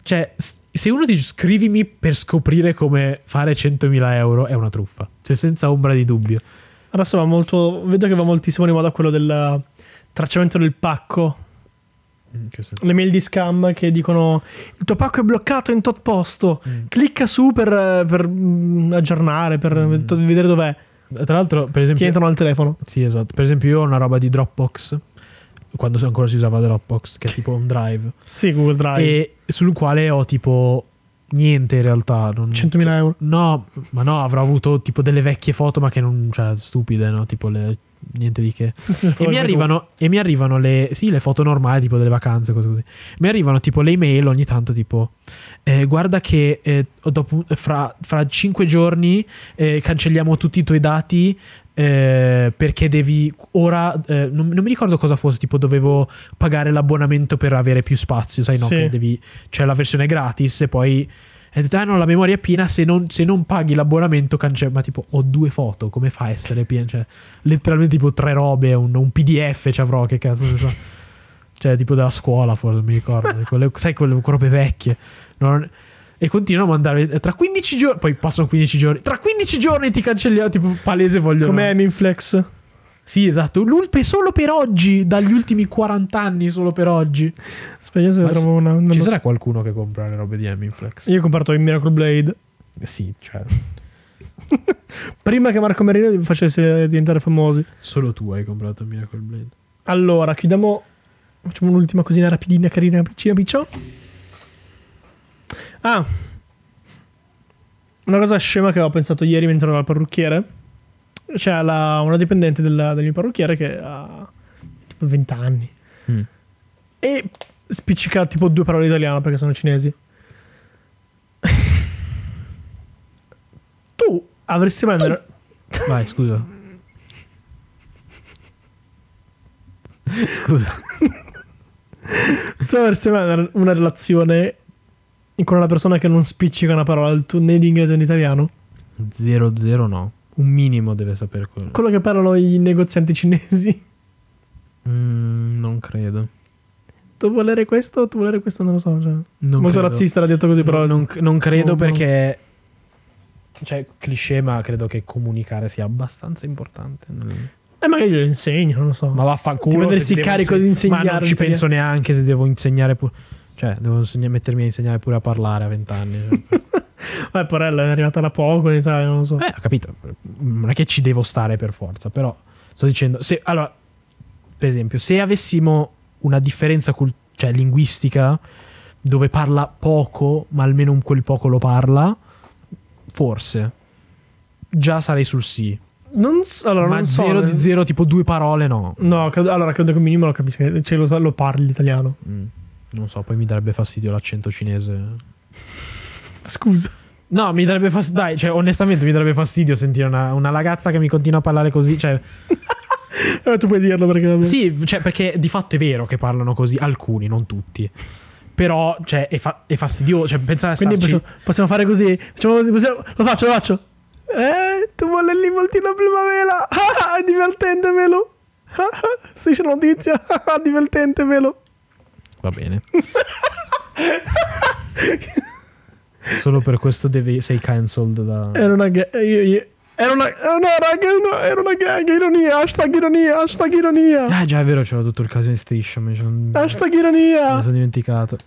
cioè s- se uno dice scrivimi per scoprire come fare 100.000 euro è una truffa cioè senza ombra di dubbio Adesso va molto. Vedo che va moltissimo di moda quello del tracciamento del pacco. Mm, Le mail di scam che dicono: Il tuo pacco è bloccato in tot posto. Mm. Clicca su per, eh, per, mm, aggiornare, per Mm. to- vedere dov'è. tra l'altro per Ti esempio entrano al telefono. Sì, esatto. Per esempio, io ho una roba di Dropbox. Quando ancora si usava Dropbox, che è tipo un drive. Sì, Google Drive. E sul quale ho tipo niente in realtà. Non, 100.000 euro. No, ma no, avrò avuto tipo delle vecchie foto, ma che non. cioè, stupide, no? Tipo le. niente di che. E mi, arrivano, e mi arrivano le, sì, le foto normali, tipo delle vacanze, cose così. Mi arrivano tipo le email ogni tanto, tipo, eh, guarda che eh, dopo- fra, fra cinque giorni eh, cancelliamo tutti i tuoi dati eh, perché devi ora, eh, non, non mi ricordo cosa fosse, tipo dovevo pagare l'abbonamento per avere più spazio, sai no, Sì. che devi, c'è la versione gratis e poi... E detto, ah no, la memoria è piena, se non, se non paghi l'abbonamento cancella. Ma tipo, ho due foto, come fa a essere piena? Cioè, letteralmente tipo tre robe, un, un PDF ci avrò, cioè, che cazzo ne so. Cioè, tipo della scuola, forse mi ricordo. Quelle- sai, quelle robe vecchie. Non- e continuano a mandare tra 15 giorni. Poi passano 15 giorni. Tra 15 giorni ti cancelliamo. Tipo, palese voglio. Come Eminflex. Sì, esatto. L'ulpe solo per oggi. Dagli ultimi 40 anni, solo per oggi. Speriamo se Ma trovo una. non Ci lo sarà qualcuno che compra le robe di Eminflex? so. Io ho comprato il Miracle Blade. Sì, cioè. Prima che Marco Merino li facesse diventare famosi. Solo tu hai comprato Miracle Blade. Allora, chiudiamo. Facciamo un'ultima cosina rapidina, carina, piccina, picciò. Ah, una cosa scema che avevo pensato ieri mentre ero al parrucchiere. C'è la- una dipendente della- del mio parrucchiere che ha tipo 20 anni. Mm. E spiccica tipo due parole italiane perché sono cinesi. tu avresti mai... una- Vai, scusa. scusa. Tu avresti mai una, una relazione con una persona che non spiccica una parola al tu- né in inglese né in italiano? 00 no. Un minimo deve sapere quello. Quello che parlano i negozianti cinesi. Mm, non credo. Tu volere questo o tu volere questo? Non lo so. cioè. Non Molto credo. razzista l'ha detto così, però. No, non, non credo No, no. perché... Cioè, cliché, ma credo che comunicare sia abbaglianza importante. Non- E Eh, magari glielo insegno, non lo so. Ma vaffanculo. Ti prendersi se ti il devo carico inse- di insegnare Ma non ci l'italiano. penso neanche se devo insegnare pure... Cioè, devo insegna- mettermi a insegnare pure a parlare a vent'anni. cioè. Eh, Porella è arrivata da poco in Italia, non lo so. Eh, ho capito. Non è che ci devo stare per forza, però sto dicendo. Se, allora, per esempio, se avessimo una differenza cul- cioè, linguistica dove parla poco, ma almeno un quel poco lo parla, forse già sarei sul sì. Non so- allora, ma non so. eh. zero di zero, tipo due parole, no. No, credo- allora credo che un minimo lo capisca. Cioè, lo, sa- lo parli l'italiano. Mm, Non so, poi mi darebbe fastidio l'accento cinese. Scusa. No, mi darebbe fastidio. Dai, cioè, onestamente, mi darebbe fastidio sentire una, una ragazza che mi continua a parlare così. Cioè, Eh, tu puoi dirlo perché. vabbè. Sì, cioè, perché di fatto è vero che parlano così, alcuni, non tutti. Però, cioè, è, fa- è fastidioso. Cioè, pensare a Quindi starci... possiamo, possiamo fare così. Facciamo così. possiamo- lo faccio, lo faccio. Eh, tu vuoi il limoltino primavera? Ah, è divertente, velo. Ah, ah, Striscia la notizia. Ah, ah, divertente, velo. Va bene. Solo per questo devi- sei cancelled da... Era una gag. eh, Era una. eh, no, raga, no, era una gag. Ironia. Hashtag ironia. Hashtag ironia. Ah già è vero c'era tutto il caso in striscia mi son- me lo Hashtag ironia. sono dimenticato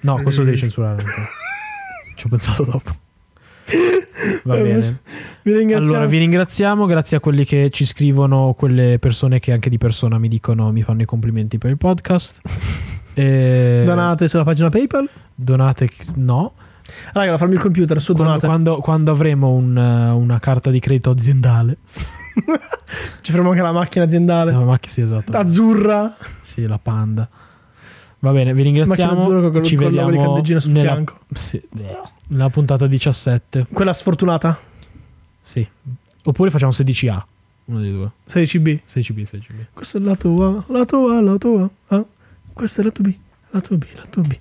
No questo lo devi censurare ancora. Ci ho pensato dopo Va Eh, bene Vi ringraziamo. Allora vi ringraziamo Grazie a quelli che ci scrivono Quelle persone che anche di persona mi dicono Mi fanno i complimenti per il podcast E- Donate sulla pagina PayPal. Donate No Raga, farmi il computer. Su, quando, donate. quando, quando avremo un, eh, una carta di credito aziendale Ci fermo anche la macchina aziendale. No, ma che sì esatto Ah. Azzurra. Sì, la panda. Va bene, vi Macchina azzurra ringraziamo. con- Ci con il logo di vediamo candeggino sul nella, fianco. sì, beh, nella puntata 17. Quella sfortunata. Sì. Oppure facciamo 16A. Uno dei due. 16B. 16B, 16B. eh? Questa è la tua. La tua. La tua. Ah. Questa è la tua B. La tua B. La tua B.